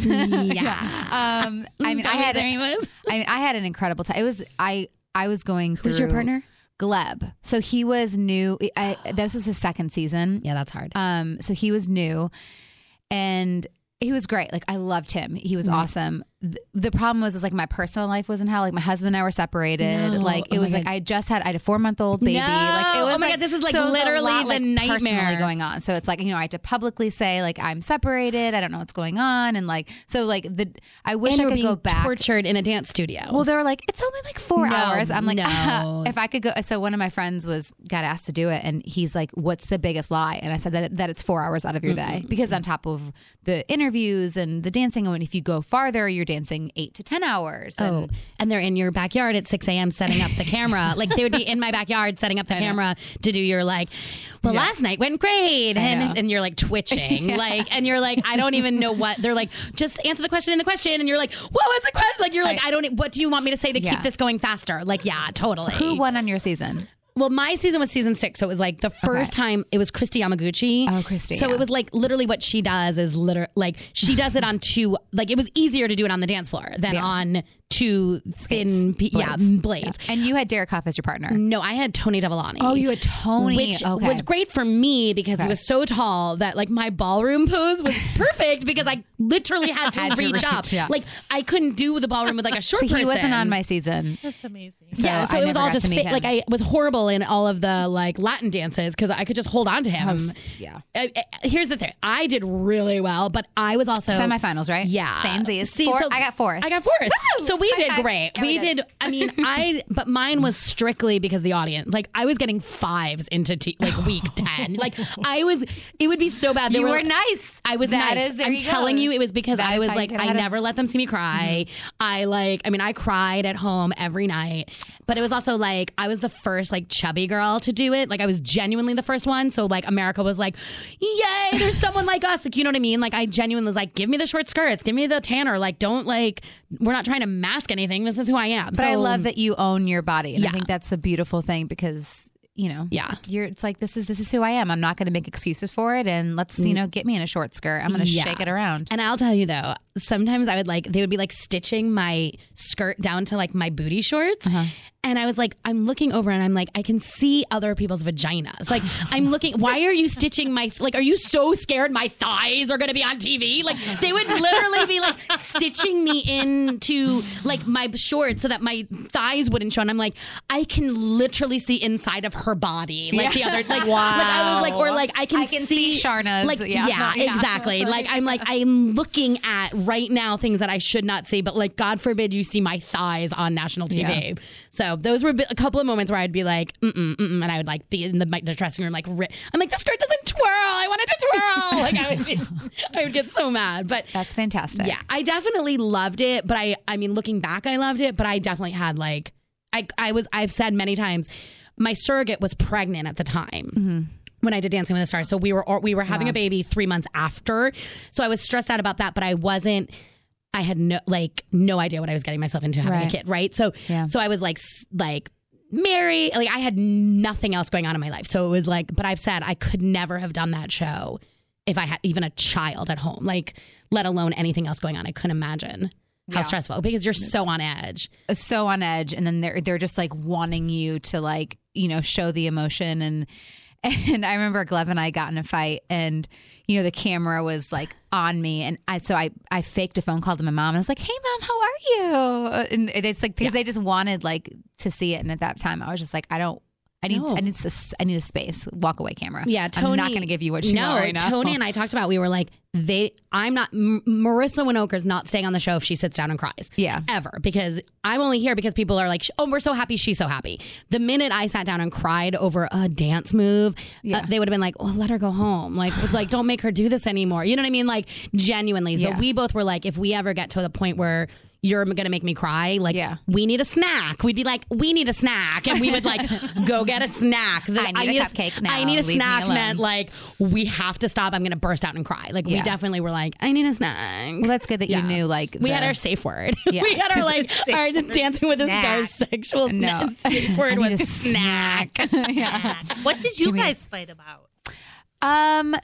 [SPEAKER 3] Yeah.
[SPEAKER 2] um, I mean, I had. I mean, I had an incredible time. It was I. I was going.
[SPEAKER 3] Who's your
[SPEAKER 2] through
[SPEAKER 3] partner?
[SPEAKER 2] Gleb. So he was new. I, this was his second season.
[SPEAKER 3] Yeah, that's hard.
[SPEAKER 2] Um, so he was new, and he was great. Like I loved him. He was awesome. The, the problem was, is like my personal life was in hell. Like my husband and I were separated.
[SPEAKER 3] No.
[SPEAKER 2] Like
[SPEAKER 3] Oh
[SPEAKER 2] it
[SPEAKER 3] my
[SPEAKER 2] was like
[SPEAKER 3] God.
[SPEAKER 2] I just had I had a four month old baby.
[SPEAKER 3] No.
[SPEAKER 2] Like it
[SPEAKER 3] Oh
[SPEAKER 2] was.
[SPEAKER 3] my God, this is, like,
[SPEAKER 2] so it was a
[SPEAKER 3] literally
[SPEAKER 2] lot,
[SPEAKER 3] the
[SPEAKER 2] like,
[SPEAKER 3] nightmare.
[SPEAKER 2] personally going on. So it's like you know I had to publicly say like I'm separated. I don't know what's going on, and like so like the I wish
[SPEAKER 3] and
[SPEAKER 2] I
[SPEAKER 3] we're
[SPEAKER 2] could
[SPEAKER 3] being
[SPEAKER 2] go back.
[SPEAKER 3] tortured in a dance studio.
[SPEAKER 2] Well, they were like, it's only like four
[SPEAKER 3] No,
[SPEAKER 2] hours. I'm like,
[SPEAKER 3] no.
[SPEAKER 2] if I could go. So one of my friends was got asked to do it, and he's like, "What's the biggest lie?" And I said that that it's four hours out of your day because on top of the interviews and the dancing, and if you go farther, you're dancing eight to ten hours.
[SPEAKER 3] oh,
[SPEAKER 2] And
[SPEAKER 3] and they're in your backyard at 6 a.m. setting up the camera. like they would be in my backyard setting up the camera to do your like. Well, last night went great,
[SPEAKER 2] know.
[SPEAKER 3] and and you're like twitching, like, and you're like, I don't even know what they're like. Just answer the question in the question, and you're like, what was the question? Like you're like, I, don't. e, What do you want me to say to
[SPEAKER 2] Yeah.
[SPEAKER 3] keep this going faster? Like, yeah, totally.
[SPEAKER 2] who won on your season?
[SPEAKER 3] Well, my season was season six, so it was like the first time it was Christy Yamaguchi.
[SPEAKER 2] Oh, Christy,
[SPEAKER 3] So
[SPEAKER 2] yeah.
[SPEAKER 3] it was like literally what she does is liter like she does it on two. Like it was easier to do it on the dance floor than
[SPEAKER 2] Yeah.
[SPEAKER 3] on two thin, blades. yeah,
[SPEAKER 2] Blades.
[SPEAKER 3] mm, blades.
[SPEAKER 2] And you had Derek Hoff as your partner.
[SPEAKER 3] No, I Mm. had Tony Devolani.
[SPEAKER 2] Oh, you had Tony.
[SPEAKER 3] Which
[SPEAKER 2] okay.
[SPEAKER 3] was great for me because he
[SPEAKER 2] Okay.
[SPEAKER 3] was so tall that like my ballroom pose was perfect because I literally had to
[SPEAKER 2] Had to
[SPEAKER 3] reach
[SPEAKER 2] reach,
[SPEAKER 3] up.
[SPEAKER 2] yeah.
[SPEAKER 3] Like I couldn't do the ballroom with like a short
[SPEAKER 2] So he
[SPEAKER 3] person.
[SPEAKER 2] wasn't on my season.
[SPEAKER 4] That's amazing.
[SPEAKER 2] So
[SPEAKER 3] yeah, so
[SPEAKER 2] I
[SPEAKER 3] it was
[SPEAKER 2] never
[SPEAKER 3] all
[SPEAKER 2] got
[SPEAKER 3] just
[SPEAKER 2] to meet
[SPEAKER 3] fit.
[SPEAKER 2] him.
[SPEAKER 3] Like I was horrible in all of the like Latin dances because I could just hold on to him.
[SPEAKER 2] was- yeah.
[SPEAKER 3] I, I- here's the thing: I did really well, but I was also
[SPEAKER 2] semifinals, right?
[SPEAKER 3] Yeah,
[SPEAKER 2] Same these.
[SPEAKER 3] See,
[SPEAKER 2] Four,
[SPEAKER 3] so
[SPEAKER 2] I got fourth.
[SPEAKER 3] I got fourth. so we
[SPEAKER 2] High
[SPEAKER 3] did
[SPEAKER 2] five.
[SPEAKER 3] great.
[SPEAKER 2] Yeah,
[SPEAKER 3] we,
[SPEAKER 2] we
[SPEAKER 3] did.
[SPEAKER 2] did.
[SPEAKER 3] I mean, I but mine was strictly because the audience. Like I was getting fives into t- like week ten. Like I was. It would be so bad. They
[SPEAKER 2] You were nice.
[SPEAKER 3] I was
[SPEAKER 2] That
[SPEAKER 3] nice.
[SPEAKER 2] is- there
[SPEAKER 3] I'm
[SPEAKER 2] you go.
[SPEAKER 3] telling you, it was because
[SPEAKER 2] That
[SPEAKER 3] I
[SPEAKER 2] is
[SPEAKER 3] was
[SPEAKER 2] how you
[SPEAKER 3] like,
[SPEAKER 2] get
[SPEAKER 3] I
[SPEAKER 2] out of-
[SPEAKER 3] never let them see me cry.
[SPEAKER 2] Mm-hmm.
[SPEAKER 3] I like. I mean, I cried at home every night. But it was also like I was the first like chubby girl to do it. Like I was genuinely the first one. So like America was like, yay, there's someone like us. Like you know what I mean? Like I genuinely was like, give me the short skirts, give me the tanner. Like don't like we're not trying to mask anything. This is who I am.
[SPEAKER 2] But
[SPEAKER 3] so
[SPEAKER 2] I love that you own your body, and
[SPEAKER 3] Yeah.
[SPEAKER 2] I think that's a beautiful thing because you know,
[SPEAKER 3] Yeah.
[SPEAKER 2] you're. It's like this is this is who I am. I'm not going to make excuses for it, and let's you know get me in a short skirt. I'm going to
[SPEAKER 3] Mm. Yeah.
[SPEAKER 2] shake it around.
[SPEAKER 3] And I'll tell you though, sometimes I would like they would be like stitching my skirt down to like my booty shorts.
[SPEAKER 2] Uh-huh.
[SPEAKER 3] And I was like, I'm looking over and I'm like, I can see other people's vaginas. Like, I'm looking, why are you stitching my, like, are you so scared my thighs are gonna be on TV? Like, they would literally be like stitching me into like my shorts so that my thighs wouldn't show. And I'm like, I can literally see inside of her body. Like, the other, like, like, I was like, or like, I can,
[SPEAKER 2] I can see Sharna's,
[SPEAKER 3] Like,
[SPEAKER 2] yeah.
[SPEAKER 3] yeah,
[SPEAKER 2] Yeah.
[SPEAKER 3] exactly. Like, I'm like, I'm looking at right now things that I should not see, but like, God forbid you see my thighs on national TV. So those were bi- a couple of moments where I'd be like, mm-mm, mm-mm, and I would like be in the, my, the dressing room, like, ri- I'm like, the skirt doesn't twirl. I want it to twirl. like, I would, be, I would get so mad. But
[SPEAKER 2] That's fantastic.
[SPEAKER 3] yeah, I definitely loved it. But I, I mean, looking back, I loved it. But I definitely had like, I, I was, I've said many times, my surrogate was pregnant at the time.
[SPEAKER 2] Mm-hmm.
[SPEAKER 3] When I did Dancing with the Stars, so we were we were having a baby three months after, so I was stressed out about that, but I wasn't. I had no like no idea what I was getting myself into having a
[SPEAKER 2] Right.
[SPEAKER 3] kid, right? So
[SPEAKER 2] Yeah.
[SPEAKER 3] so I was like s- like married, like I had nothing else going on in my life, so it was like. But I've said I could never have done that show if I had even a child at home, like let alone anything else going on. I couldn't imagine how
[SPEAKER 2] Yeah.
[SPEAKER 3] stressful because you're so on edge.
[SPEAKER 2] so on edge and then they're they're just like wanting you to like you know show the emotion and and I remember Glev and I got in a fight and you know the camera was like on me and I so I I faked a phone call to my mom and I was like hey mom how are you Uh, and it- it's like because they just wanted like to see it and at that time I was just like I don't I need
[SPEAKER 3] No.
[SPEAKER 2] I need s- I need a space walk away camera
[SPEAKER 3] Yeah, Tony.
[SPEAKER 2] I'm not going to give you what you
[SPEAKER 3] no,
[SPEAKER 2] want right now
[SPEAKER 3] Tony and I talked about. We were like, they. I'm not. M- Marissa Winoker's not staying on the show if she sits down and cries.
[SPEAKER 2] Yeah.
[SPEAKER 3] ever because I'm only here because people are like, oh, we're so happy, she's so happy. The minute I sat down and cried over a dance move,
[SPEAKER 2] Yeah.
[SPEAKER 3] uh, they would have been like, oh, let her go home. Like, like don't make her do this anymore. You know what I mean? Like, genuinely. So
[SPEAKER 2] Yeah.
[SPEAKER 3] we both were like, if we ever get to the point where. You're gonna make me cry. Like
[SPEAKER 2] Yeah.
[SPEAKER 3] we need a snack. We'd be like, we need a snack, and we would like go get a snack. The-
[SPEAKER 2] I need a cupcake now.
[SPEAKER 3] I need a
[SPEAKER 2] Leave me
[SPEAKER 3] snack
[SPEAKER 2] alone.
[SPEAKER 3] meant like we have to stop. I'm gonna burst out and cry. Like we
[SPEAKER 2] Yeah.
[SPEAKER 3] definitely were like, I need a snack.
[SPEAKER 2] well that's good that you knew like
[SPEAKER 3] We
[SPEAKER 2] the-
[SPEAKER 3] had our safe word.
[SPEAKER 2] Yeah.
[SPEAKER 3] we had our like our Dancing with the
[SPEAKER 4] Snack.
[SPEAKER 3] Stars sexual
[SPEAKER 2] No.
[SPEAKER 3] sna- safe word
[SPEAKER 2] I need
[SPEAKER 3] was
[SPEAKER 2] a
[SPEAKER 3] snack.
[SPEAKER 2] yeah
[SPEAKER 4] What did you guys fight about?
[SPEAKER 2] Um,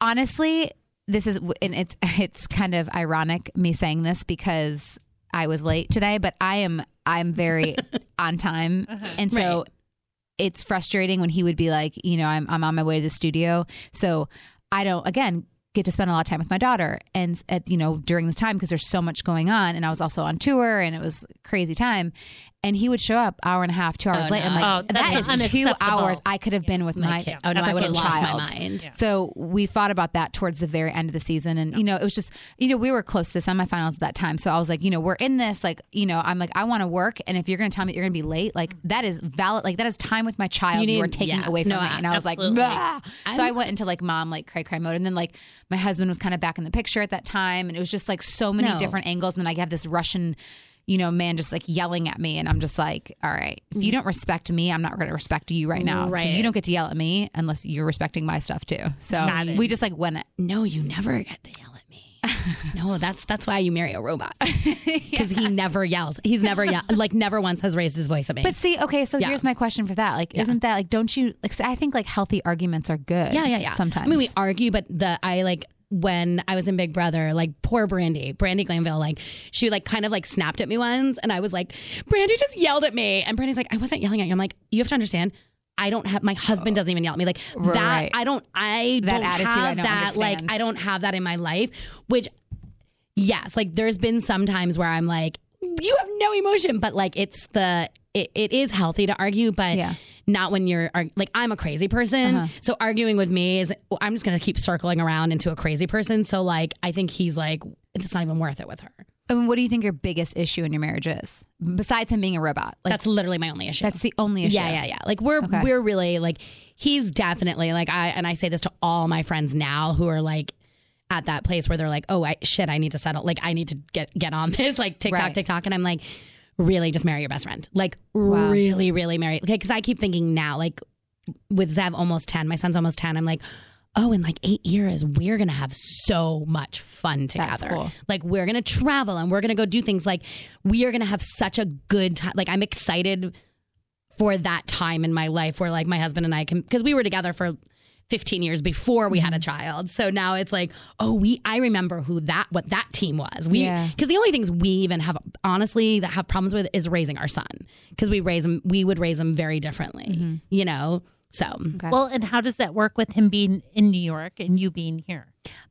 [SPEAKER 2] honestly, this is and it's it's kind of ironic me saying this because I was late today, but I am I'm very on time,
[SPEAKER 4] Uh-huh.
[SPEAKER 2] and so it's frustrating when he would be like, you know, I'm I'm on my way to the studio, so I don't again get to spend a lot of time with my daughter and at you know during this time because there's so much going on and I was also on tour and it was crazy time and he would show up hour and a half two hours late I'm
[SPEAKER 4] no.
[SPEAKER 2] like
[SPEAKER 4] Oh, that's
[SPEAKER 2] that is two
[SPEAKER 4] unacceptable.
[SPEAKER 2] hours I could have been with my,
[SPEAKER 3] My kid. Oh no, I would have
[SPEAKER 2] fucking
[SPEAKER 3] lost my
[SPEAKER 2] child.
[SPEAKER 3] mind.
[SPEAKER 2] So we fought about that towards the very end of the season. And, you know, it was just, you know, we were close to the semifinals at that time. So I was like, you know, we're in this. Like, you know, I'm like, I want to work. And if you're going to tell me that you're going to be late, like, that is valid. Like, that is time with my child
[SPEAKER 3] Mm-hmm. You
[SPEAKER 2] you,
[SPEAKER 3] need-
[SPEAKER 2] are taking
[SPEAKER 3] yeah.
[SPEAKER 2] away from
[SPEAKER 3] No,
[SPEAKER 2] me.
[SPEAKER 3] I-
[SPEAKER 2] And I was
[SPEAKER 4] absolutely.
[SPEAKER 2] like, "Bah." so I went into like mom, like cry, cry mode. And then, like, my husband was kind of back in the picture at that time. And it was just like so many
[SPEAKER 3] No.
[SPEAKER 2] different angles. And then I have this Russian. You know, man, just like yelling at me, and I'm just like, "All right, if
[SPEAKER 3] Mm-hmm.
[SPEAKER 2] you don't respect me, I'm not going to respect you right now. Uh, So
[SPEAKER 3] Right.
[SPEAKER 2] you don't get to yell at me unless you're respecting my stuff too. So
[SPEAKER 4] Got it.
[SPEAKER 2] we just like went.
[SPEAKER 3] No, you never get to yell at me. no, that's that's why you marry a robot because he never yells. He's never yell- like never once has raised his voice at me.
[SPEAKER 2] But see, okay, so
[SPEAKER 3] Yeah.
[SPEAKER 2] here's my question for that. Like, isn't that like, don't you like? I think like healthy arguments are good.
[SPEAKER 3] Yeah, yeah, yeah.
[SPEAKER 2] Sometimes.
[SPEAKER 3] I mean, we argue, but the I like when I was in Big Brother, like poor Brandy, Brandy Glanville, like she like kind of like snapped at me once, and I was like, Brandy just yelled at me, and Brandy's like, I wasn't yelling at you. I'm like, you have to understand. I don't have my husband doesn't even yell at me like that.
[SPEAKER 2] Right.
[SPEAKER 3] I don't. I
[SPEAKER 2] That
[SPEAKER 3] don't
[SPEAKER 2] attitude,
[SPEAKER 3] Have
[SPEAKER 2] I don't
[SPEAKER 3] that like
[SPEAKER 2] understand.
[SPEAKER 3] I don't have that in my life, which yes, like there's been some times where I'm like, you have no emotion, but like it's the it, it is healthy to argue, but
[SPEAKER 2] Yeah.
[SPEAKER 3] not when you're arg- like I'm a crazy person. So arguing with me is well, I'm just gonna keep circling around into a crazy person. So like I think he's like it's not even worth it with her.
[SPEAKER 2] I mean, what do you think your biggest issue in your marriage is besides him being a robot? Like
[SPEAKER 3] that's literally my only issue.
[SPEAKER 2] that's the only issue.
[SPEAKER 3] Yeah, yeah, yeah. Like we're
[SPEAKER 2] Okay.
[SPEAKER 3] we're really like he's definitely like I and I say this to all my friends now who are like at that place where they're like, "Oh, I shit, I need to settle. Like I need to get get on this like TikTok
[SPEAKER 2] Right.
[SPEAKER 3] TikTok." And I'm like, "Really just marry your best friend." Like
[SPEAKER 2] Wow.
[SPEAKER 3] really really marry cuz I keep thinking now like with Zev almost 10, my son's almost 10. I'm like, "Oh, in like 8 years, we're going to have so much fun together."
[SPEAKER 2] That's cool.
[SPEAKER 3] Like we're going to travel and we're going to go do things like we are going to have such a good time. Like I'm excited for that time in my life where like my husband and I can because we were together for 15 years before we had a child. So now it's like, oh, we I remember who that what that team was. We
[SPEAKER 2] Yeah.
[SPEAKER 3] because the only things we even have honestly that have problems with is raising our son because we raise him we would raise him very differently, you know. So
[SPEAKER 4] Well, and how does that work with him being in New York and you being here?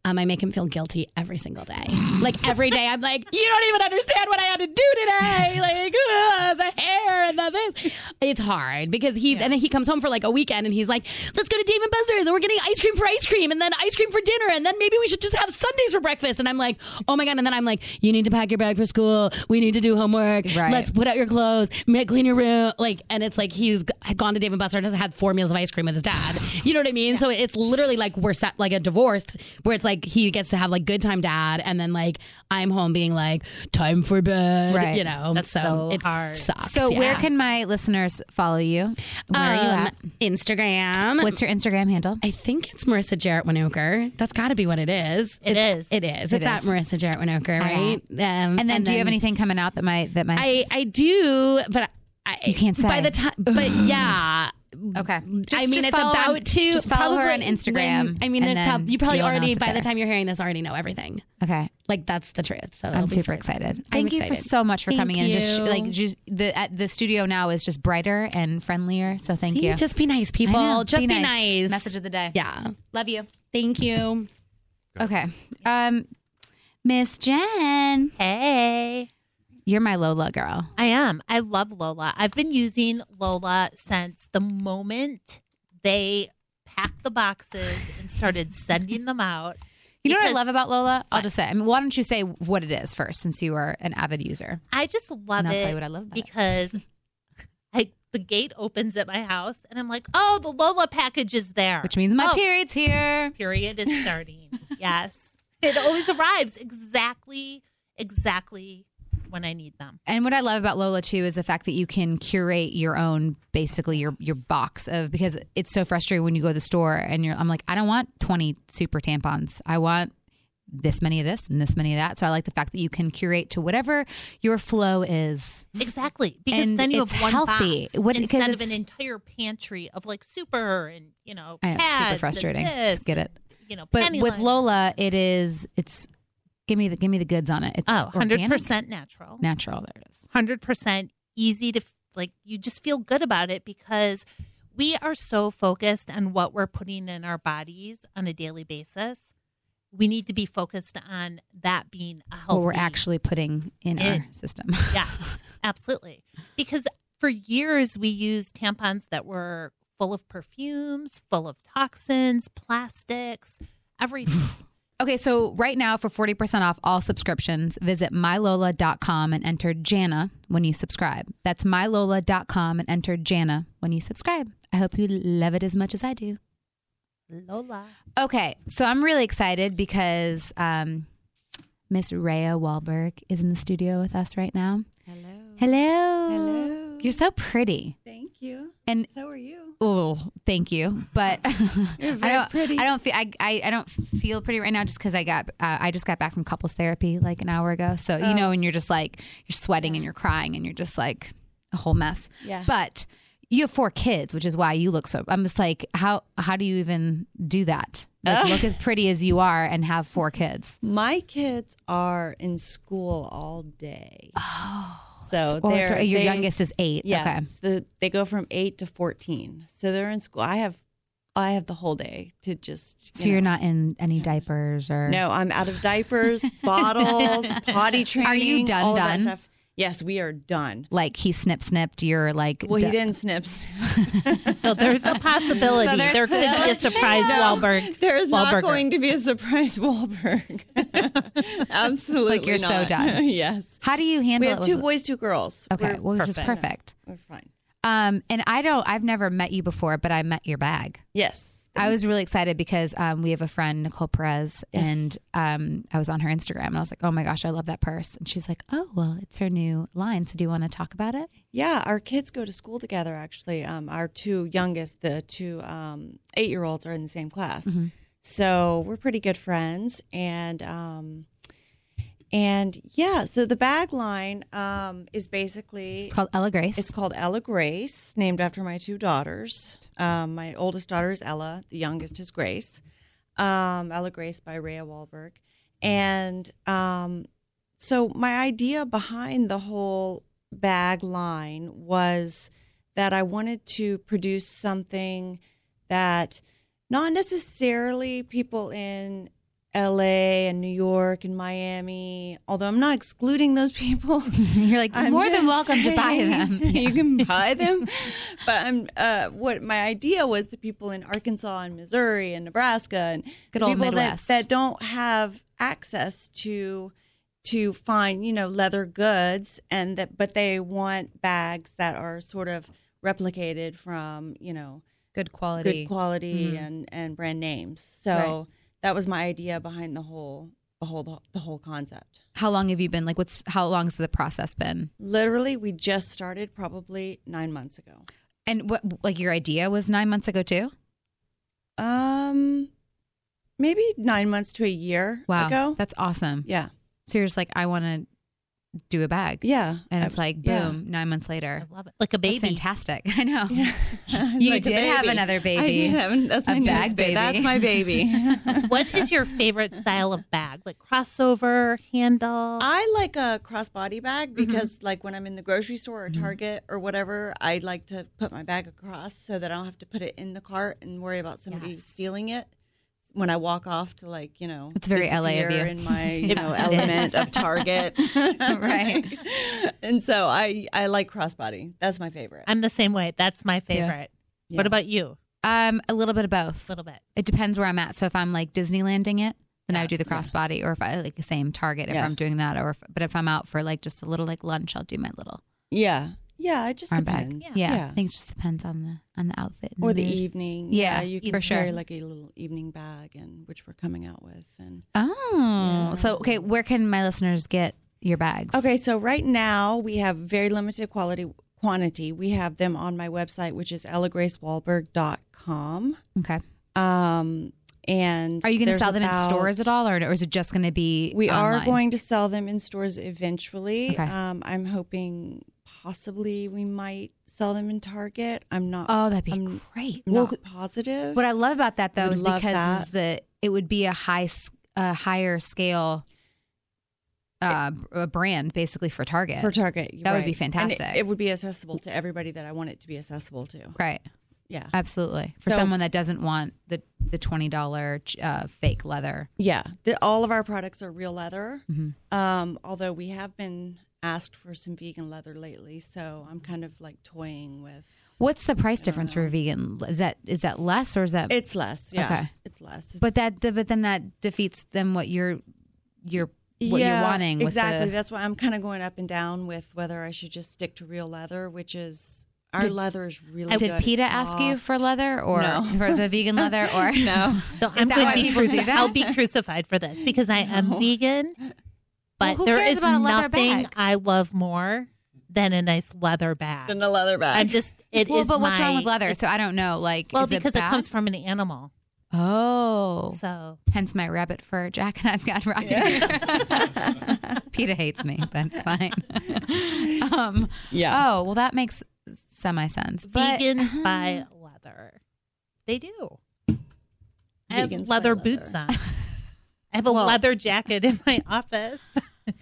[SPEAKER 3] um, I make him feel guilty every single day. Like every day, I'm like, you don't even understand what I had to do today. Like ugh, the hair and the this. It's hard because he and then he comes home for like a weekend and he's like, let's go to Dave and Buster's and we're getting ice cream for ice cream and then ice cream for dinner and then maybe we should just have Sundays for breakfast. And I'm like, oh my god. And then I'm like, you need to pack your bag for school. We need to do homework.
[SPEAKER 2] Right.
[SPEAKER 3] Let's put out your clothes, ma- clean your room. Like, and it's like he's g- gone to Dave and Buster and has had four meals of ice cream with his dad. You know what I mean? So it's literally like we're set like a divorced where it's like he gets to have like good time dad, and then like I'm home being like time for bed.
[SPEAKER 2] Right.
[SPEAKER 3] You know,
[SPEAKER 4] That's
[SPEAKER 3] so,
[SPEAKER 4] so
[SPEAKER 3] it
[SPEAKER 4] hard.
[SPEAKER 3] sucks.
[SPEAKER 2] So where
[SPEAKER 3] yeah.
[SPEAKER 2] can my listeners follow you? Where are you
[SPEAKER 3] Um,
[SPEAKER 2] at?
[SPEAKER 3] Instagram?
[SPEAKER 2] What's your Instagram handle?
[SPEAKER 3] I think it's Marissa Jarrett Winokur. That's got to be what it is.
[SPEAKER 4] It
[SPEAKER 3] it's,
[SPEAKER 4] is.
[SPEAKER 3] It is.
[SPEAKER 2] It
[SPEAKER 3] it's at
[SPEAKER 2] is.
[SPEAKER 3] Marissa Jarrett Winokur, right? Um, and
[SPEAKER 2] And then, do you have anything coming out that might that might?
[SPEAKER 3] I I do, but I
[SPEAKER 2] You can't
[SPEAKER 3] by
[SPEAKER 2] say.
[SPEAKER 3] the time. But yeah.
[SPEAKER 2] okay.
[SPEAKER 3] I mean, it's
[SPEAKER 2] follow
[SPEAKER 3] about
[SPEAKER 2] on-
[SPEAKER 3] to.
[SPEAKER 2] just follow her on
[SPEAKER 3] probably
[SPEAKER 2] Instagram.
[SPEAKER 3] when- I mean,
[SPEAKER 2] and
[SPEAKER 3] there's
[SPEAKER 2] then
[SPEAKER 3] prob- you probably
[SPEAKER 2] you'll
[SPEAKER 3] already
[SPEAKER 2] announce it
[SPEAKER 3] by the
[SPEAKER 2] there.
[SPEAKER 3] time you're hearing this already know everything.
[SPEAKER 2] Okay.
[SPEAKER 3] Like that's the truth. So it'll
[SPEAKER 2] I'm
[SPEAKER 3] be
[SPEAKER 2] super
[SPEAKER 3] fun.
[SPEAKER 2] excited. Thank you for
[SPEAKER 3] excited.
[SPEAKER 2] so much for
[SPEAKER 3] Thank
[SPEAKER 2] coming in. and Just
[SPEAKER 3] you.
[SPEAKER 2] like just the at the studio now is just brighter and friendlier. So thank you.
[SPEAKER 3] Just be nice,
[SPEAKER 2] I know.
[SPEAKER 3] people. Just be, nice.
[SPEAKER 2] Message of the day.
[SPEAKER 3] yeah.
[SPEAKER 2] Love you.
[SPEAKER 3] Thank you.
[SPEAKER 2] Okay. Um, Miss Jen,
[SPEAKER 4] Hey.
[SPEAKER 2] you're my Lola girl.
[SPEAKER 4] I am. I love Lola. I've been using Lola since the moment they packed the boxes and started sending them out.
[SPEAKER 2] You know what I
[SPEAKER 4] Because-
[SPEAKER 2] love about Lola? I'll just say. I mean, why don't you say what it is first, since you are an avid user?
[SPEAKER 4] I just love
[SPEAKER 2] And I'll
[SPEAKER 4] it.
[SPEAKER 2] tell you what I love about it.
[SPEAKER 4] because I the gate opens at my house and I'm like, oh, the Lola package is there,
[SPEAKER 2] Which means my
[SPEAKER 4] Oh,
[SPEAKER 2] period's here.
[SPEAKER 4] period is starting. yes, it always arrives exactly, exactly when I need them.
[SPEAKER 2] And what I love about Lola too is the fact that you can curate your own, basically your your box of because it's so frustrating when you go to the store and you're I'm like I don't want 20 super tampons. I want this many of this and this many of that. So I like the fact that you can curate to whatever your flow is.
[SPEAKER 4] Exactly, because
[SPEAKER 2] And
[SPEAKER 4] then you
[SPEAKER 2] it's
[SPEAKER 4] have one
[SPEAKER 2] healthy.
[SPEAKER 4] box
[SPEAKER 2] What- 'cause
[SPEAKER 4] instead of an
[SPEAKER 2] it's-
[SPEAKER 4] entire pantry of like super and you know,
[SPEAKER 2] I know, it's
[SPEAKER 4] pads
[SPEAKER 2] super
[SPEAKER 4] and
[SPEAKER 2] frustrating.
[SPEAKER 4] this
[SPEAKER 2] Get it.
[SPEAKER 4] and, You know,
[SPEAKER 2] But
[SPEAKER 4] panty
[SPEAKER 2] with
[SPEAKER 4] liners.
[SPEAKER 2] Lola, it is it's give me the give me the goods on it. It's
[SPEAKER 4] oh, 100
[SPEAKER 2] organic,
[SPEAKER 4] percent natural.
[SPEAKER 2] natural. There it is.
[SPEAKER 4] hundred percent easy to like. You just feel good about it because we are so focused on what we're putting in our bodies on a daily basis. We need to be focused on that being a healthy.
[SPEAKER 2] What we're actually putting in our
[SPEAKER 4] In.
[SPEAKER 2] system.
[SPEAKER 4] yes, absolutely. Because for years we used tampons that were full of perfumes, full of toxins, plastics, everything.
[SPEAKER 2] Okay, so right now for 40% off all subscriptions, visit mylola.com and enter Jana when you subscribe. That's mylola.com and enter Jana when you subscribe. I hope you love it as much as I do.
[SPEAKER 4] Lola,
[SPEAKER 2] Okay, so I'm really excited because um, Miss Rhea Wahlberg is in the studio with us right now.
[SPEAKER 5] Hello.
[SPEAKER 2] Hello.
[SPEAKER 5] Hello.
[SPEAKER 2] You're so pretty.
[SPEAKER 5] Thank you.
[SPEAKER 2] And
[SPEAKER 5] So are you?
[SPEAKER 2] oh, thank you. But
[SPEAKER 5] You're
[SPEAKER 2] I
[SPEAKER 5] very
[SPEAKER 2] don't.
[SPEAKER 5] pretty.
[SPEAKER 2] I don't feel. I, I, I don't feel pretty right now just because I got. Uh, I just got back from couples therapy like an hour ago. So you
[SPEAKER 5] Oh.
[SPEAKER 2] know, and you're just like you're sweating and you're crying and you're just like a whole mess.
[SPEAKER 5] Yeah.
[SPEAKER 2] But you have four kids, which is why you look so. I'm just like, how how do you even do that? Like,
[SPEAKER 5] Oh.
[SPEAKER 2] look as pretty as you are and have four kids.
[SPEAKER 5] My kids are in school all day.
[SPEAKER 2] Oh,
[SPEAKER 5] So
[SPEAKER 2] well, that's
[SPEAKER 5] they're-
[SPEAKER 2] right. your
[SPEAKER 5] they-
[SPEAKER 2] youngest is eight.
[SPEAKER 5] Yeah,
[SPEAKER 2] Okay.
[SPEAKER 5] the, they go from eight to fourteen. So they're in school. I have, I have the whole day to just.
[SPEAKER 2] So you're not in any diapers or
[SPEAKER 5] No, I'm out of diapers, bottles, potty training.
[SPEAKER 2] Are you done,
[SPEAKER 5] All of that
[SPEAKER 2] done?
[SPEAKER 5] stuff. Yes, we are done.
[SPEAKER 2] like he snip snipped. You're like
[SPEAKER 5] Well, he
[SPEAKER 2] d-
[SPEAKER 5] didn't snip. snip.
[SPEAKER 4] so there's a possibility
[SPEAKER 2] So there's
[SPEAKER 4] there could
[SPEAKER 2] still
[SPEAKER 4] be
[SPEAKER 2] a
[SPEAKER 4] a surprise
[SPEAKER 2] chance.
[SPEAKER 4] Wahlberg.
[SPEAKER 5] There is not
[SPEAKER 4] Wahlberger.
[SPEAKER 5] going to be a surprise Wahlberg. Absolutely.
[SPEAKER 2] Like, you're so
[SPEAKER 5] not.
[SPEAKER 2] done.
[SPEAKER 5] yes.
[SPEAKER 2] How do you handle
[SPEAKER 5] We
[SPEAKER 2] it?
[SPEAKER 5] have
[SPEAKER 2] with-
[SPEAKER 5] two boys, two girls.
[SPEAKER 2] okay,
[SPEAKER 5] We're,
[SPEAKER 2] well, it's just
[SPEAKER 4] perfect.
[SPEAKER 2] perfect.
[SPEAKER 5] we're fine.
[SPEAKER 2] Um, and I don't. I've never met you before, but I met your bag.
[SPEAKER 5] Yes.
[SPEAKER 2] I was really excited because um, we have a friend Nicole Perez,
[SPEAKER 5] Yes.
[SPEAKER 2] and um, I was on her Instagram, and I was like, "Oh my gosh, I love that purse!" And she's like, "Oh well, it's her new line. So do you want to talk about it?"
[SPEAKER 5] Yeah, our kids go to school together. Actually, um, our two youngest, the two um, eight-year-olds, are in the same class, so we're pretty good friends. And um, and yeah, so the bag line um, is basically
[SPEAKER 2] It's called Ella Grace.
[SPEAKER 5] It's called Ella Grace, named after my two daughters. Um, my oldest daughter is Ella, the youngest is Grace. Um, Ella Grace by Rhea Wahlberg. And um, so, my idea behind the whole bag line was that I wanted to produce something that not necessarily people in LA and New York and Miami, although I'm not excluding those people.
[SPEAKER 2] You're like
[SPEAKER 5] I'm
[SPEAKER 2] more than
[SPEAKER 5] just
[SPEAKER 2] welcome to buy
[SPEAKER 5] saying,
[SPEAKER 2] them.
[SPEAKER 5] you can buy them, but I'm uh, what my idea was the people in Arkansas and Missouri and Nebraska and
[SPEAKER 2] Good
[SPEAKER 5] the
[SPEAKER 2] old
[SPEAKER 5] people that,
[SPEAKER 2] Midwest.
[SPEAKER 5] that don't have access to to find you know leather goods and that but they want bags that are sort of replicated from you know
[SPEAKER 2] Good quality. Mm-hmm.
[SPEAKER 5] good quality and and brand names. So
[SPEAKER 2] Right.
[SPEAKER 5] that was my idea behind the whole the whole the whole concept.
[SPEAKER 2] how long have you been like? What's how long's the process been?
[SPEAKER 5] Literally, we just started probably nine months ago.
[SPEAKER 2] And what like your idea was nine months ago too?
[SPEAKER 5] Um, maybe nine months to a year
[SPEAKER 2] Wow,
[SPEAKER 5] ago.
[SPEAKER 2] that's awesome.
[SPEAKER 5] yeah,
[SPEAKER 2] So you're just like, I want to do a bag,
[SPEAKER 5] yeah,
[SPEAKER 2] and it's like, boom,
[SPEAKER 5] yeah.
[SPEAKER 2] nine months
[SPEAKER 4] I
[SPEAKER 2] later,
[SPEAKER 4] love it. Like a
[SPEAKER 2] That's
[SPEAKER 4] baby.
[SPEAKER 2] fantastic. I know.
[SPEAKER 5] Yeah. It's
[SPEAKER 2] You
[SPEAKER 5] like a
[SPEAKER 2] did have
[SPEAKER 5] baby.
[SPEAKER 2] another baby.
[SPEAKER 5] I did have- That's
[SPEAKER 2] A
[SPEAKER 5] my newest
[SPEAKER 2] bag
[SPEAKER 5] ba-
[SPEAKER 2] baby.
[SPEAKER 5] That's my baby.
[SPEAKER 4] what is your favorite style of bag? Like crossover, handle?
[SPEAKER 2] Uh,
[SPEAKER 5] I like a crossbody
[SPEAKER 2] Mm-hmm.
[SPEAKER 5] bag because, like, when I'm in the grocery store or Target or whatever, I like to put my bag across so that I don't have to put it in the cart and worry about somebody
[SPEAKER 2] Yes.
[SPEAKER 5] stealing it when I walk off to, like, you know,
[SPEAKER 2] It's very LA of
[SPEAKER 5] disappear
[SPEAKER 2] you.
[SPEAKER 5] in my you know
[SPEAKER 2] Yeah, it
[SPEAKER 5] element of Target,
[SPEAKER 2] Right.
[SPEAKER 5] and so I I like crossbody. That's my favorite.
[SPEAKER 4] I'm the same way. That's my
[SPEAKER 2] Yeah.
[SPEAKER 4] favorite.
[SPEAKER 5] Yeah.
[SPEAKER 4] What about you?
[SPEAKER 2] Um, a little bit of both.
[SPEAKER 4] A little bit.
[SPEAKER 2] It depends where I'm at. So if I'm like Disneylanding it, then I would do the
[SPEAKER 5] Yes. Yeah.
[SPEAKER 2] crossbody, or if I like the same Target, if
[SPEAKER 5] Yeah.
[SPEAKER 2] I'm doing that, or if, but if I'm out for like just a little like lunch, I'll do my little
[SPEAKER 5] yeah, yeah. It just
[SPEAKER 2] arm bag.
[SPEAKER 5] depends.
[SPEAKER 2] Yeah. I think it just depends on the on the outfit and
[SPEAKER 5] Or the
[SPEAKER 2] mood.
[SPEAKER 5] evening,
[SPEAKER 2] Yeah,
[SPEAKER 5] you
[SPEAKER 2] for
[SPEAKER 5] can carry
[SPEAKER 2] sure.
[SPEAKER 5] like a little evening bag, and which we're coming out with, and
[SPEAKER 2] Oh,
[SPEAKER 5] Yeah.
[SPEAKER 2] so okay, where can my listeners get your bags?
[SPEAKER 5] Okay, so right now we have very limited quality quantity. We have them on my website, which is ellagracewalberg.com.
[SPEAKER 2] okay.
[SPEAKER 5] Um, and
[SPEAKER 2] Are you going to
[SPEAKER 5] there's
[SPEAKER 2] sell them in
[SPEAKER 5] about-
[SPEAKER 2] stores at all, or, or is it just going to be?
[SPEAKER 5] We are
[SPEAKER 2] online?
[SPEAKER 5] going to sell them in stores eventually.
[SPEAKER 2] Okay.
[SPEAKER 5] Um, I'm hoping possibly we might sell them in Target. I'm not.
[SPEAKER 2] Oh, that'd be
[SPEAKER 5] I'm
[SPEAKER 2] great.
[SPEAKER 5] I'm
[SPEAKER 2] Well,
[SPEAKER 5] not positive.
[SPEAKER 2] what I love about that though
[SPEAKER 5] um, Would
[SPEAKER 2] is
[SPEAKER 5] love
[SPEAKER 2] because is the it would be a high s- a higher scale uh, b- a brand basically for Target.
[SPEAKER 5] for Target, you're
[SPEAKER 2] That would be
[SPEAKER 5] right. And it-
[SPEAKER 2] fantastic.
[SPEAKER 5] it would be accessible to everybody that I want it to be accessible to.
[SPEAKER 2] right.
[SPEAKER 5] Yeah.
[SPEAKER 2] Absolutely. For
[SPEAKER 5] So-
[SPEAKER 2] someone that doesn't want the the twenty dollar uh, fake leather.
[SPEAKER 5] Yeah, the, all of our products are real leather.
[SPEAKER 2] Mhm.
[SPEAKER 5] Um, although we have been asked for some vegan leather lately, so I'm kind of like toying with.
[SPEAKER 2] What's the price
[SPEAKER 5] don't
[SPEAKER 2] difference for
[SPEAKER 5] know.
[SPEAKER 2] vegan? Is that is that less or is that?
[SPEAKER 5] It's less, yeah.
[SPEAKER 2] Okay.
[SPEAKER 5] It's less. It's-
[SPEAKER 2] but that but then that defeats then what you're you're what
[SPEAKER 5] yeah,
[SPEAKER 2] you're wanting with
[SPEAKER 5] exactly.
[SPEAKER 2] the
[SPEAKER 5] That's why I'm kind of going up and down with whether I should just stick to real leather, which is our leather is really.
[SPEAKER 2] did
[SPEAKER 5] good. It's
[SPEAKER 2] PETA ask you
[SPEAKER 5] soft.
[SPEAKER 2] for leather or
[SPEAKER 5] No.
[SPEAKER 2] for the vegan leather or
[SPEAKER 5] No.
[SPEAKER 4] So I'm
[SPEAKER 2] that
[SPEAKER 4] going
[SPEAKER 2] why
[SPEAKER 4] to be
[SPEAKER 2] people do
[SPEAKER 4] cruci-
[SPEAKER 2] that?
[SPEAKER 4] I'll be crucified for this because I am
[SPEAKER 5] No.
[SPEAKER 4] vegan. But
[SPEAKER 2] who
[SPEAKER 4] there
[SPEAKER 2] cares
[SPEAKER 4] is
[SPEAKER 2] about a leather
[SPEAKER 4] nothing
[SPEAKER 2] bag?
[SPEAKER 4] I love more than a nice leather bag.
[SPEAKER 5] Than a leather bag.
[SPEAKER 4] I'm just it is.
[SPEAKER 2] well, but what's wrong with
[SPEAKER 4] my-
[SPEAKER 2] leather? So I don't know. Like,
[SPEAKER 4] Well,
[SPEAKER 2] is
[SPEAKER 4] because it,
[SPEAKER 2] bad?
[SPEAKER 4] comes from an animal.
[SPEAKER 2] Oh,
[SPEAKER 4] So
[SPEAKER 2] hence my rabbit fur jacket I've got rocking. PETA hates me, but it's fine. um,
[SPEAKER 5] yeah.
[SPEAKER 2] Oh, well, that makes semi sense. But
[SPEAKER 4] vegans buy leather. They do. I have
[SPEAKER 5] Vegans buy
[SPEAKER 4] leather
[SPEAKER 5] leather.
[SPEAKER 4] boots on. I have a
[SPEAKER 5] Well-
[SPEAKER 4] leather jacket in my office. so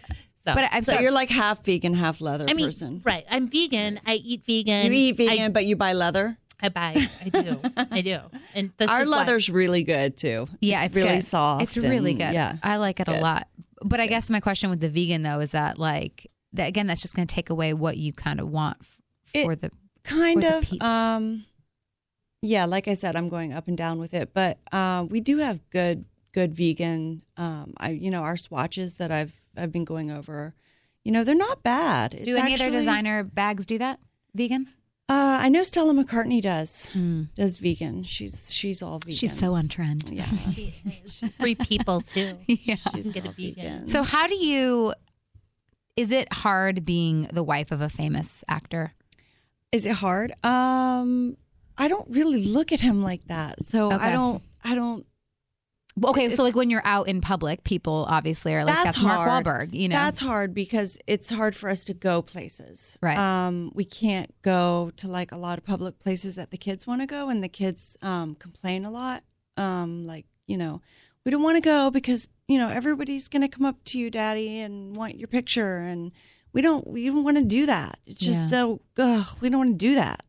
[SPEAKER 2] but I'm
[SPEAKER 5] so
[SPEAKER 2] sorry.
[SPEAKER 5] you're like half vegan, half leather
[SPEAKER 4] I mean,
[SPEAKER 5] person.
[SPEAKER 4] right? I'm vegan. I eat
[SPEAKER 5] You
[SPEAKER 4] vegan.
[SPEAKER 5] eat
[SPEAKER 4] I-
[SPEAKER 5] vegan, but you buy leather.
[SPEAKER 4] I buy. I do. I do. And this
[SPEAKER 5] Our
[SPEAKER 4] is why-
[SPEAKER 5] leather's really good too.
[SPEAKER 2] yeah, it's,
[SPEAKER 5] really
[SPEAKER 2] good.
[SPEAKER 5] soft.
[SPEAKER 2] It's really
[SPEAKER 5] and-
[SPEAKER 2] good.
[SPEAKER 5] Yeah.
[SPEAKER 2] I like it a
[SPEAKER 5] good.
[SPEAKER 2] lot. But I guess my question with the vegan though is that like that again, that's just going to take away what you kind of want f-
[SPEAKER 5] It-
[SPEAKER 2] for the
[SPEAKER 5] kind
[SPEAKER 2] the
[SPEAKER 5] of
[SPEAKER 2] peeps?
[SPEAKER 5] um yeah like i said i'm going up and down with it but uh, we do have good good vegan. Um, I you know our swatches that I've I've been going over. You know they're not bad. It's
[SPEAKER 2] do any other
[SPEAKER 5] actually-
[SPEAKER 2] designer bags do that? Vegan?
[SPEAKER 5] Uh, I know Stella McCartney does does vegan. She's she's all Mm, vegan.
[SPEAKER 2] She's so on trend.
[SPEAKER 5] yeah.
[SPEAKER 4] She, she's free people too.
[SPEAKER 2] Yeah.
[SPEAKER 5] She's
[SPEAKER 4] Get a
[SPEAKER 5] all
[SPEAKER 4] vegan.
[SPEAKER 2] So how do you? Is it hard being the wife of a famous actor?
[SPEAKER 5] Is it hard? Um, I don't really look at him like that. So
[SPEAKER 2] Okay.
[SPEAKER 5] I don't. I don't.
[SPEAKER 2] Well, Okay, so
[SPEAKER 5] It's-
[SPEAKER 2] like when you're out in public, people obviously are like, "That's,
[SPEAKER 5] That's
[SPEAKER 2] Mark
[SPEAKER 5] hard.
[SPEAKER 2] Wahlberg," you know.
[SPEAKER 5] That's hard because it's hard for us to go places.
[SPEAKER 2] Right.
[SPEAKER 5] Um, we can't go to like a lot of public places that the kids want to go, and the kids um, complain a lot. Um, like you know, we don't want to go because you know everybody's going to come up to you, daddy, and want your picture, and we don't. We don't want to do that. It's just
[SPEAKER 2] Yeah.
[SPEAKER 5] so. Ugh, we don't want to do that.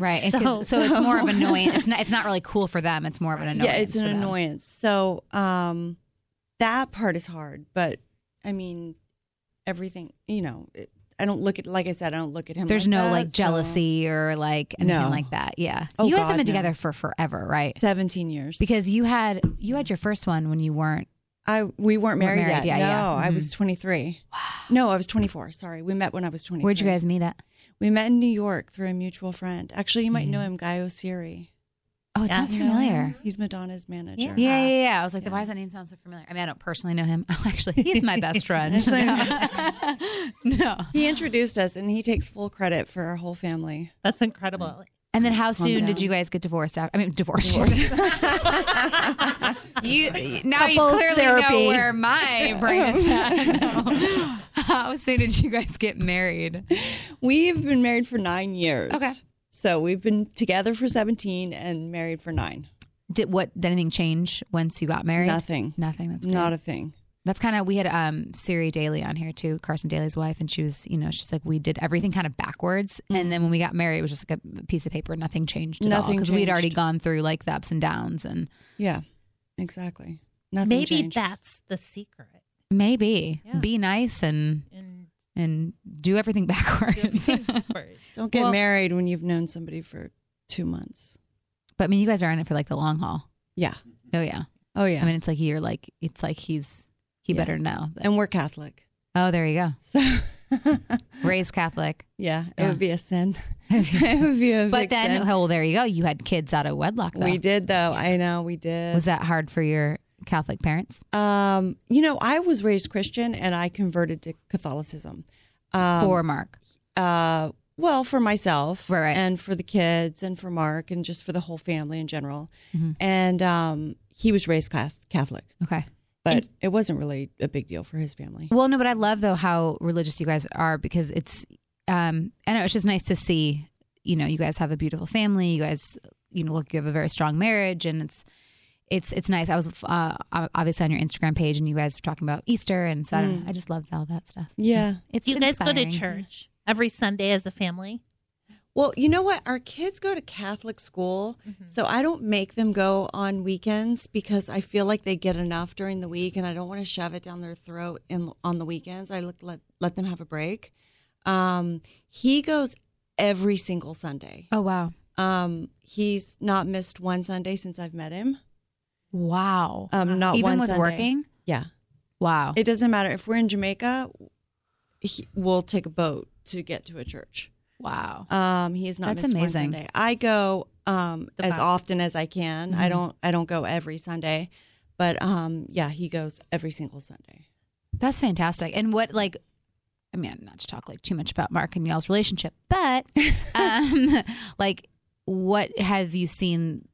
[SPEAKER 2] right. It's- so,
[SPEAKER 5] So-
[SPEAKER 2] it's more of annoying. It's not. It's not really cool for them. It's more of an annoyance.
[SPEAKER 5] Yeah, it's an
[SPEAKER 2] for them.
[SPEAKER 5] annoyance. So um, that part is hard, but I mean, everything. You know, it, I don't look at like I said, I don't look at him.
[SPEAKER 2] There's
[SPEAKER 5] like
[SPEAKER 2] no
[SPEAKER 5] that,
[SPEAKER 2] like
[SPEAKER 5] so-
[SPEAKER 2] jealousy or like anything
[SPEAKER 5] No.
[SPEAKER 2] like that. Yeah.
[SPEAKER 5] Oh,
[SPEAKER 2] you guys have
[SPEAKER 5] God,
[SPEAKER 2] been
[SPEAKER 5] no.
[SPEAKER 2] together for forever, right?
[SPEAKER 5] Seventeen years
[SPEAKER 2] Because you had you had your first one when you weren't.
[SPEAKER 5] I we weren't married,
[SPEAKER 2] married,
[SPEAKER 5] yet.
[SPEAKER 2] yeah,
[SPEAKER 5] no,
[SPEAKER 2] yeah. mm-hmm.
[SPEAKER 5] I was 23. No, I was 24. Sorry, we met when I was 23.
[SPEAKER 2] Where'd you guys meet at?
[SPEAKER 5] We met in New York through a mutual friend. Actually, you might know him, Guy Osiri.
[SPEAKER 2] Oh, it sounds
[SPEAKER 4] Yes.
[SPEAKER 2] Mm. familiar.
[SPEAKER 5] He's Madonna's manager.
[SPEAKER 2] Yeah, yeah, yeah. I was like, why does that name sound so familiar? I mean, I don't personally know him. Oh, actually, he's my best friend.
[SPEAKER 5] He's my
[SPEAKER 2] no.
[SPEAKER 5] He introduced us, and he takes full credit for our whole family.
[SPEAKER 4] That's incredible.
[SPEAKER 2] And then, how soon don
[SPEAKER 5] down.
[SPEAKER 2] did you guys get divorced? After I mean, divorced. you now you
[SPEAKER 4] Couples
[SPEAKER 2] clearly know
[SPEAKER 4] therapy.
[SPEAKER 2] where my brain is at. No. How soon did you guys get married?
[SPEAKER 5] We've been married for nine years.
[SPEAKER 2] Okay.
[SPEAKER 5] So we've been together for 17 and married for nine.
[SPEAKER 2] Did what? Did anything change once you got married?
[SPEAKER 5] Nothing.
[SPEAKER 2] Nothing. That's great.
[SPEAKER 5] Not a thing.
[SPEAKER 2] That's kind of we had um Siri Daly on here too, Carson Daly's wife, and she was you know she's like we did everything kind of backwards, and then when we got married, it was just like a piece of paper, nothing changed at all
[SPEAKER 5] Mm. Nothing
[SPEAKER 2] because we had
[SPEAKER 5] changed.
[SPEAKER 2] already gone through like the ups and downs, and
[SPEAKER 5] Yeah, exactly. Nothing
[SPEAKER 4] Maybe
[SPEAKER 5] changed.
[SPEAKER 4] that's the secret.
[SPEAKER 2] maybe
[SPEAKER 4] Yeah.
[SPEAKER 2] be nice and
[SPEAKER 4] And
[SPEAKER 2] and do everything backwards.
[SPEAKER 5] Don't get
[SPEAKER 2] Well-
[SPEAKER 5] married when you've known somebody for two months.
[SPEAKER 2] but I mean, you guys are in it for like the long haul.
[SPEAKER 5] Yeah.
[SPEAKER 2] Oh yeah,
[SPEAKER 5] Oh, yeah.
[SPEAKER 2] I mean it's like you're like it's like he's he
[SPEAKER 5] Yeah.
[SPEAKER 2] better know. that-
[SPEAKER 5] and we're Catholic.
[SPEAKER 2] oh, there you go,
[SPEAKER 5] So,
[SPEAKER 2] raised Catholic.
[SPEAKER 5] yeah, it
[SPEAKER 2] Yeah.
[SPEAKER 5] would be a sin. it would be a
[SPEAKER 2] But
[SPEAKER 5] big
[SPEAKER 2] then,
[SPEAKER 5] sin.
[SPEAKER 2] oh, well, there you go. You had kids out of wedlock. Though.
[SPEAKER 5] we did, though. I know we did.
[SPEAKER 2] Was that hard for your Catholic parents?
[SPEAKER 5] um, you know, I was raised Christian and I converted to Catholicism. Um,
[SPEAKER 2] for Mark.
[SPEAKER 5] uh, well, for myself
[SPEAKER 2] Right, right.
[SPEAKER 5] and for the kids and for Mark and just for the whole family in general.
[SPEAKER 2] Mhm.
[SPEAKER 5] And um, he was raised Cath- Catholic,
[SPEAKER 2] Okay.
[SPEAKER 5] but it wasn't really a big deal for his family.
[SPEAKER 2] Well, no, but I love though how religious you guys are because it's um I know it's just nice to see, you know, you guys have a beautiful family, you guys you know, look you have a very strong marriage and it's it's it's nice. I was uh, obviously on your Instagram page and you guys were talking about Easter and so I, don't know, I just loved all that stuff.
[SPEAKER 5] Yeah.
[SPEAKER 2] It's
[SPEAKER 4] Do you guys go
[SPEAKER 2] inspiring.
[SPEAKER 4] to church every Sunday as a family?
[SPEAKER 5] Well, you know what? Our kids go to Catholic school, so I don't make them go on weekends because I feel like they get enough during the week, and I don't want to shove it down their throat in, on the weekends. I look, let let them have a break. Um, he goes every single Sunday.
[SPEAKER 2] Oh wow.
[SPEAKER 5] Um, he's not missed one Sunday since I've met him.
[SPEAKER 2] Wow.
[SPEAKER 5] Um, not
[SPEAKER 2] Even
[SPEAKER 5] one
[SPEAKER 2] with
[SPEAKER 5] Sunday.
[SPEAKER 2] working?
[SPEAKER 5] Yeah,
[SPEAKER 2] Wow.
[SPEAKER 5] it doesn't matter if we're in Jamaica. He, we'll take a boat to get to a church.
[SPEAKER 2] wow.
[SPEAKER 5] Um, he is not
[SPEAKER 2] That's
[SPEAKER 5] missed one
[SPEAKER 2] amazing.
[SPEAKER 5] Sunday. I go um
[SPEAKER 4] The
[SPEAKER 5] as
[SPEAKER 4] Bible.
[SPEAKER 5] often as I can.
[SPEAKER 2] Mm-hmm.
[SPEAKER 5] I don't I don't go every Sunday, but um yeah, he goes every single Sunday.
[SPEAKER 2] That's fantastic. And what like I mean, not to talk like too much about Mark and y'all's relationship, but um like what have you seen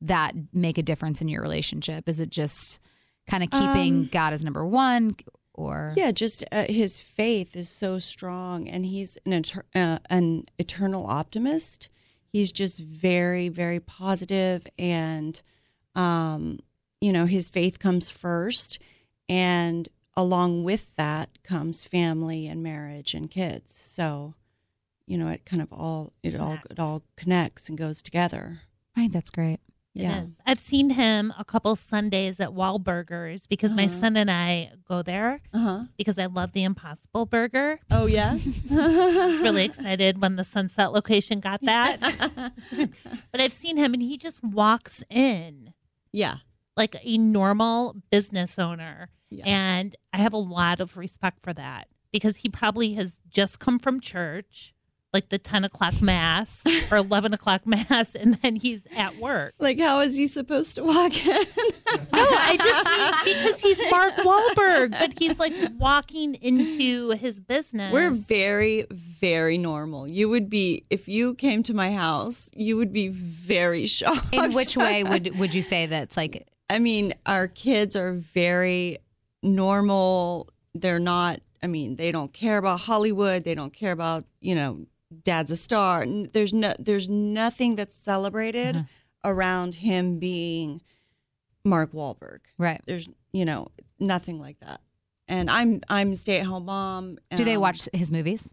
[SPEAKER 2] that make a difference in your relationship? Is it just kind of keeping
[SPEAKER 5] Um,
[SPEAKER 2] God as number 1 or
[SPEAKER 5] Yeah, just uh, his faith is so strong, and he's an eter- uh, an eternal optimist. He's just very very positive, and um, you know his faith comes first, and along with that comes family and marriage and kids. So, you know, it kind of all it all it
[SPEAKER 4] Connects.
[SPEAKER 5] all connects and goes together.
[SPEAKER 2] I think that's great.
[SPEAKER 5] Yeah.
[SPEAKER 4] It is. I've seen him a couple Sundays at Wahlburgers because my
[SPEAKER 5] Uh-huh.
[SPEAKER 4] son and I go there
[SPEAKER 5] Uh huh.
[SPEAKER 4] because I love the Impossible Burger.
[SPEAKER 5] Oh yeah.
[SPEAKER 4] Really excited when the Sunset location got that. but I've seen him and he just walks in
[SPEAKER 5] yeah.
[SPEAKER 4] like a normal business owner.
[SPEAKER 5] Yeah.
[SPEAKER 4] And I have a lot of respect for that because he probably has just come from church, like the 10 o'clock mass or 11 o'clock mass, and then he's at work.
[SPEAKER 5] Like, how is he supposed to walk in?
[SPEAKER 4] No, I just mean because he's Mark Wahlberg, but he's like walking into his business.
[SPEAKER 5] We're very, very normal. You would be if you came to my house, you would be very shocked.
[SPEAKER 2] In which way would would you say that's like
[SPEAKER 5] I mean, our kids are very normal. They're not. I mean, they don't care about Hollywood. They don't care about you know, dad's a star. N- There's no. There's nothing that's celebrated
[SPEAKER 2] Mhm.
[SPEAKER 5] around him being Mark Wahlberg.
[SPEAKER 2] right?
[SPEAKER 5] There's you know nothing like that. And I'm I'm a stay at home mom.
[SPEAKER 2] Do they
[SPEAKER 5] um,
[SPEAKER 2] watch his movies?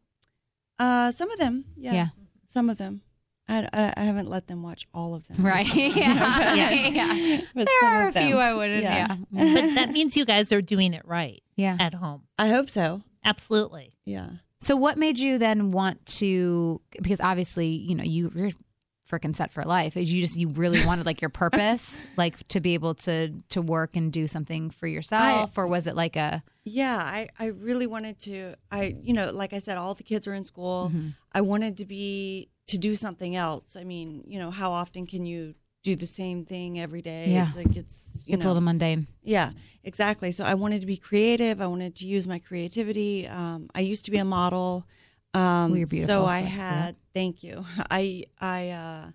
[SPEAKER 5] Uh, some of them. Yeah.
[SPEAKER 2] Yeah.
[SPEAKER 5] Some of them. I, I, I haven't let them watch all of them.
[SPEAKER 2] Right. yeah.
[SPEAKER 5] Yeah.
[SPEAKER 2] yeah.
[SPEAKER 5] But
[SPEAKER 2] There
[SPEAKER 5] some
[SPEAKER 2] are a
[SPEAKER 5] of them.
[SPEAKER 2] few I wouldn't. Yeah.
[SPEAKER 5] Yeah.
[SPEAKER 2] Yeah.
[SPEAKER 4] but that means you guys are doing it right at home.
[SPEAKER 5] I hope so.
[SPEAKER 4] Absolutely.
[SPEAKER 5] Yeah.
[SPEAKER 2] So what made you then want to? Because obviously, you know, you, you're freaking set for life. Is You just you really wanted like your purpose, like to be able to to work and do something for yourself, or was it like a
[SPEAKER 5] Yeah. I, I really wanted to. I you know like I said, all the kids are in school.
[SPEAKER 2] Mhm.
[SPEAKER 5] I wanted to be to do something else. I mean, you know, how often can you do the same thing every day?
[SPEAKER 2] Yeah.
[SPEAKER 5] It's like it's
[SPEAKER 2] it's
[SPEAKER 5] you
[SPEAKER 2] a
[SPEAKER 5] know
[SPEAKER 2] little mundane?
[SPEAKER 5] Yeah, exactly. So I wanted to be creative. I wanted to use my creativity. Um, I used to be a model. Um,
[SPEAKER 2] Well, you're beautiful,
[SPEAKER 5] So I
[SPEAKER 2] so I can see that.
[SPEAKER 5] had. Thank you. I I. Uh,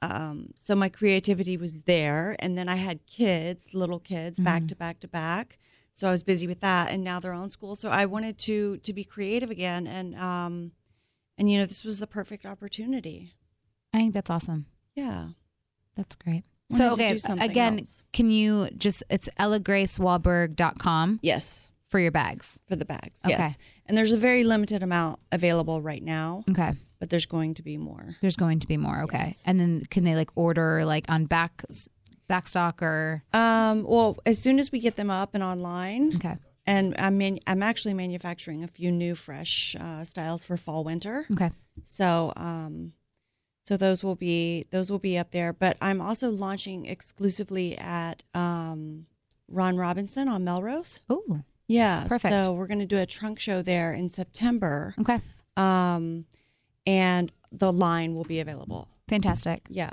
[SPEAKER 5] um, so my creativity was there, and then I had kids, little kids,
[SPEAKER 2] Mm-hmm.
[SPEAKER 5] back to back to back. So I was busy with that, and now they're all in school. So I wanted to to be creative again, and um, and you know this was the perfect opportunity.
[SPEAKER 2] I think that's awesome.
[SPEAKER 5] Yeah.
[SPEAKER 2] That's great.
[SPEAKER 5] Wanted
[SPEAKER 2] So
[SPEAKER 5] to
[SPEAKER 2] okay,
[SPEAKER 5] do something
[SPEAKER 2] again,
[SPEAKER 5] else.
[SPEAKER 2] can you just it's ellagracewahlberg.com
[SPEAKER 5] Yes.
[SPEAKER 2] for your bags.
[SPEAKER 5] For the bags.
[SPEAKER 2] Okay.
[SPEAKER 5] Yes. And there's a very limited amount available right now.
[SPEAKER 2] Okay.
[SPEAKER 5] but there's going to be more.
[SPEAKER 2] There's going to be more. Okay.
[SPEAKER 5] Yes.
[SPEAKER 2] And then can they like order like on back backstock or
[SPEAKER 5] Um, well, as soon as we get them up and online,
[SPEAKER 2] okay.
[SPEAKER 5] and I'm man- I'm actually manufacturing a few new fresh uh, styles for fall winter.
[SPEAKER 2] Okay.
[SPEAKER 5] So um, so those will be those will be up there. But I'm also launching exclusively at um, Ron Robinson on Melrose.
[SPEAKER 2] Oh,
[SPEAKER 5] Yeah,
[SPEAKER 2] Perfect.
[SPEAKER 5] So we're going to do a trunk show there in September,
[SPEAKER 2] okay.
[SPEAKER 5] um, and the line will be available.
[SPEAKER 2] Fantastic.
[SPEAKER 5] Yeah.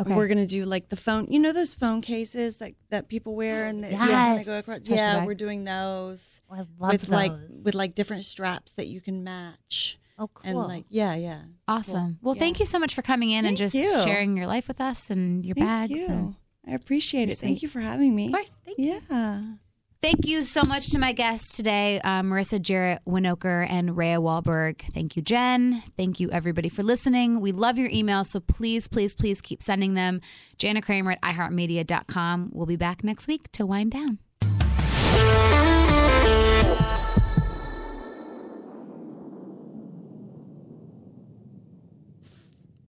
[SPEAKER 2] Okay.
[SPEAKER 5] We're gonna do like the phone, you know, those phone cases that that people wear and the, yeah,
[SPEAKER 4] Yes.
[SPEAKER 5] they go across.
[SPEAKER 2] the
[SPEAKER 5] Yeah,
[SPEAKER 2] back.
[SPEAKER 5] we're doing those
[SPEAKER 4] Oh, I love
[SPEAKER 5] with
[SPEAKER 4] those.
[SPEAKER 5] like with like different straps that you can match
[SPEAKER 4] oh, cool.
[SPEAKER 5] and like yeah, yeah.
[SPEAKER 2] awesome. Well,
[SPEAKER 5] Yeah.
[SPEAKER 2] thank you so much for coming in and
[SPEAKER 5] Thank
[SPEAKER 2] just
[SPEAKER 5] you.
[SPEAKER 2] sharing your life with us and your
[SPEAKER 5] Thank
[SPEAKER 2] bags.
[SPEAKER 5] you.
[SPEAKER 2] and-
[SPEAKER 5] I appreciate
[SPEAKER 2] You're
[SPEAKER 5] it. Thank
[SPEAKER 2] sweet.
[SPEAKER 5] you for having me.
[SPEAKER 2] of course. Thank you.
[SPEAKER 5] Yeah.
[SPEAKER 2] Thank you so much to my guests today, uh, Marissa Jarrett Winoker and Rhea Wahlberg. Thank you, Jen. Thank you, everybody, for listening. We love your emails, so please, please, please keep sending them. Jana Kramer at iHeartMedia.com. We'll be back next week to wind down.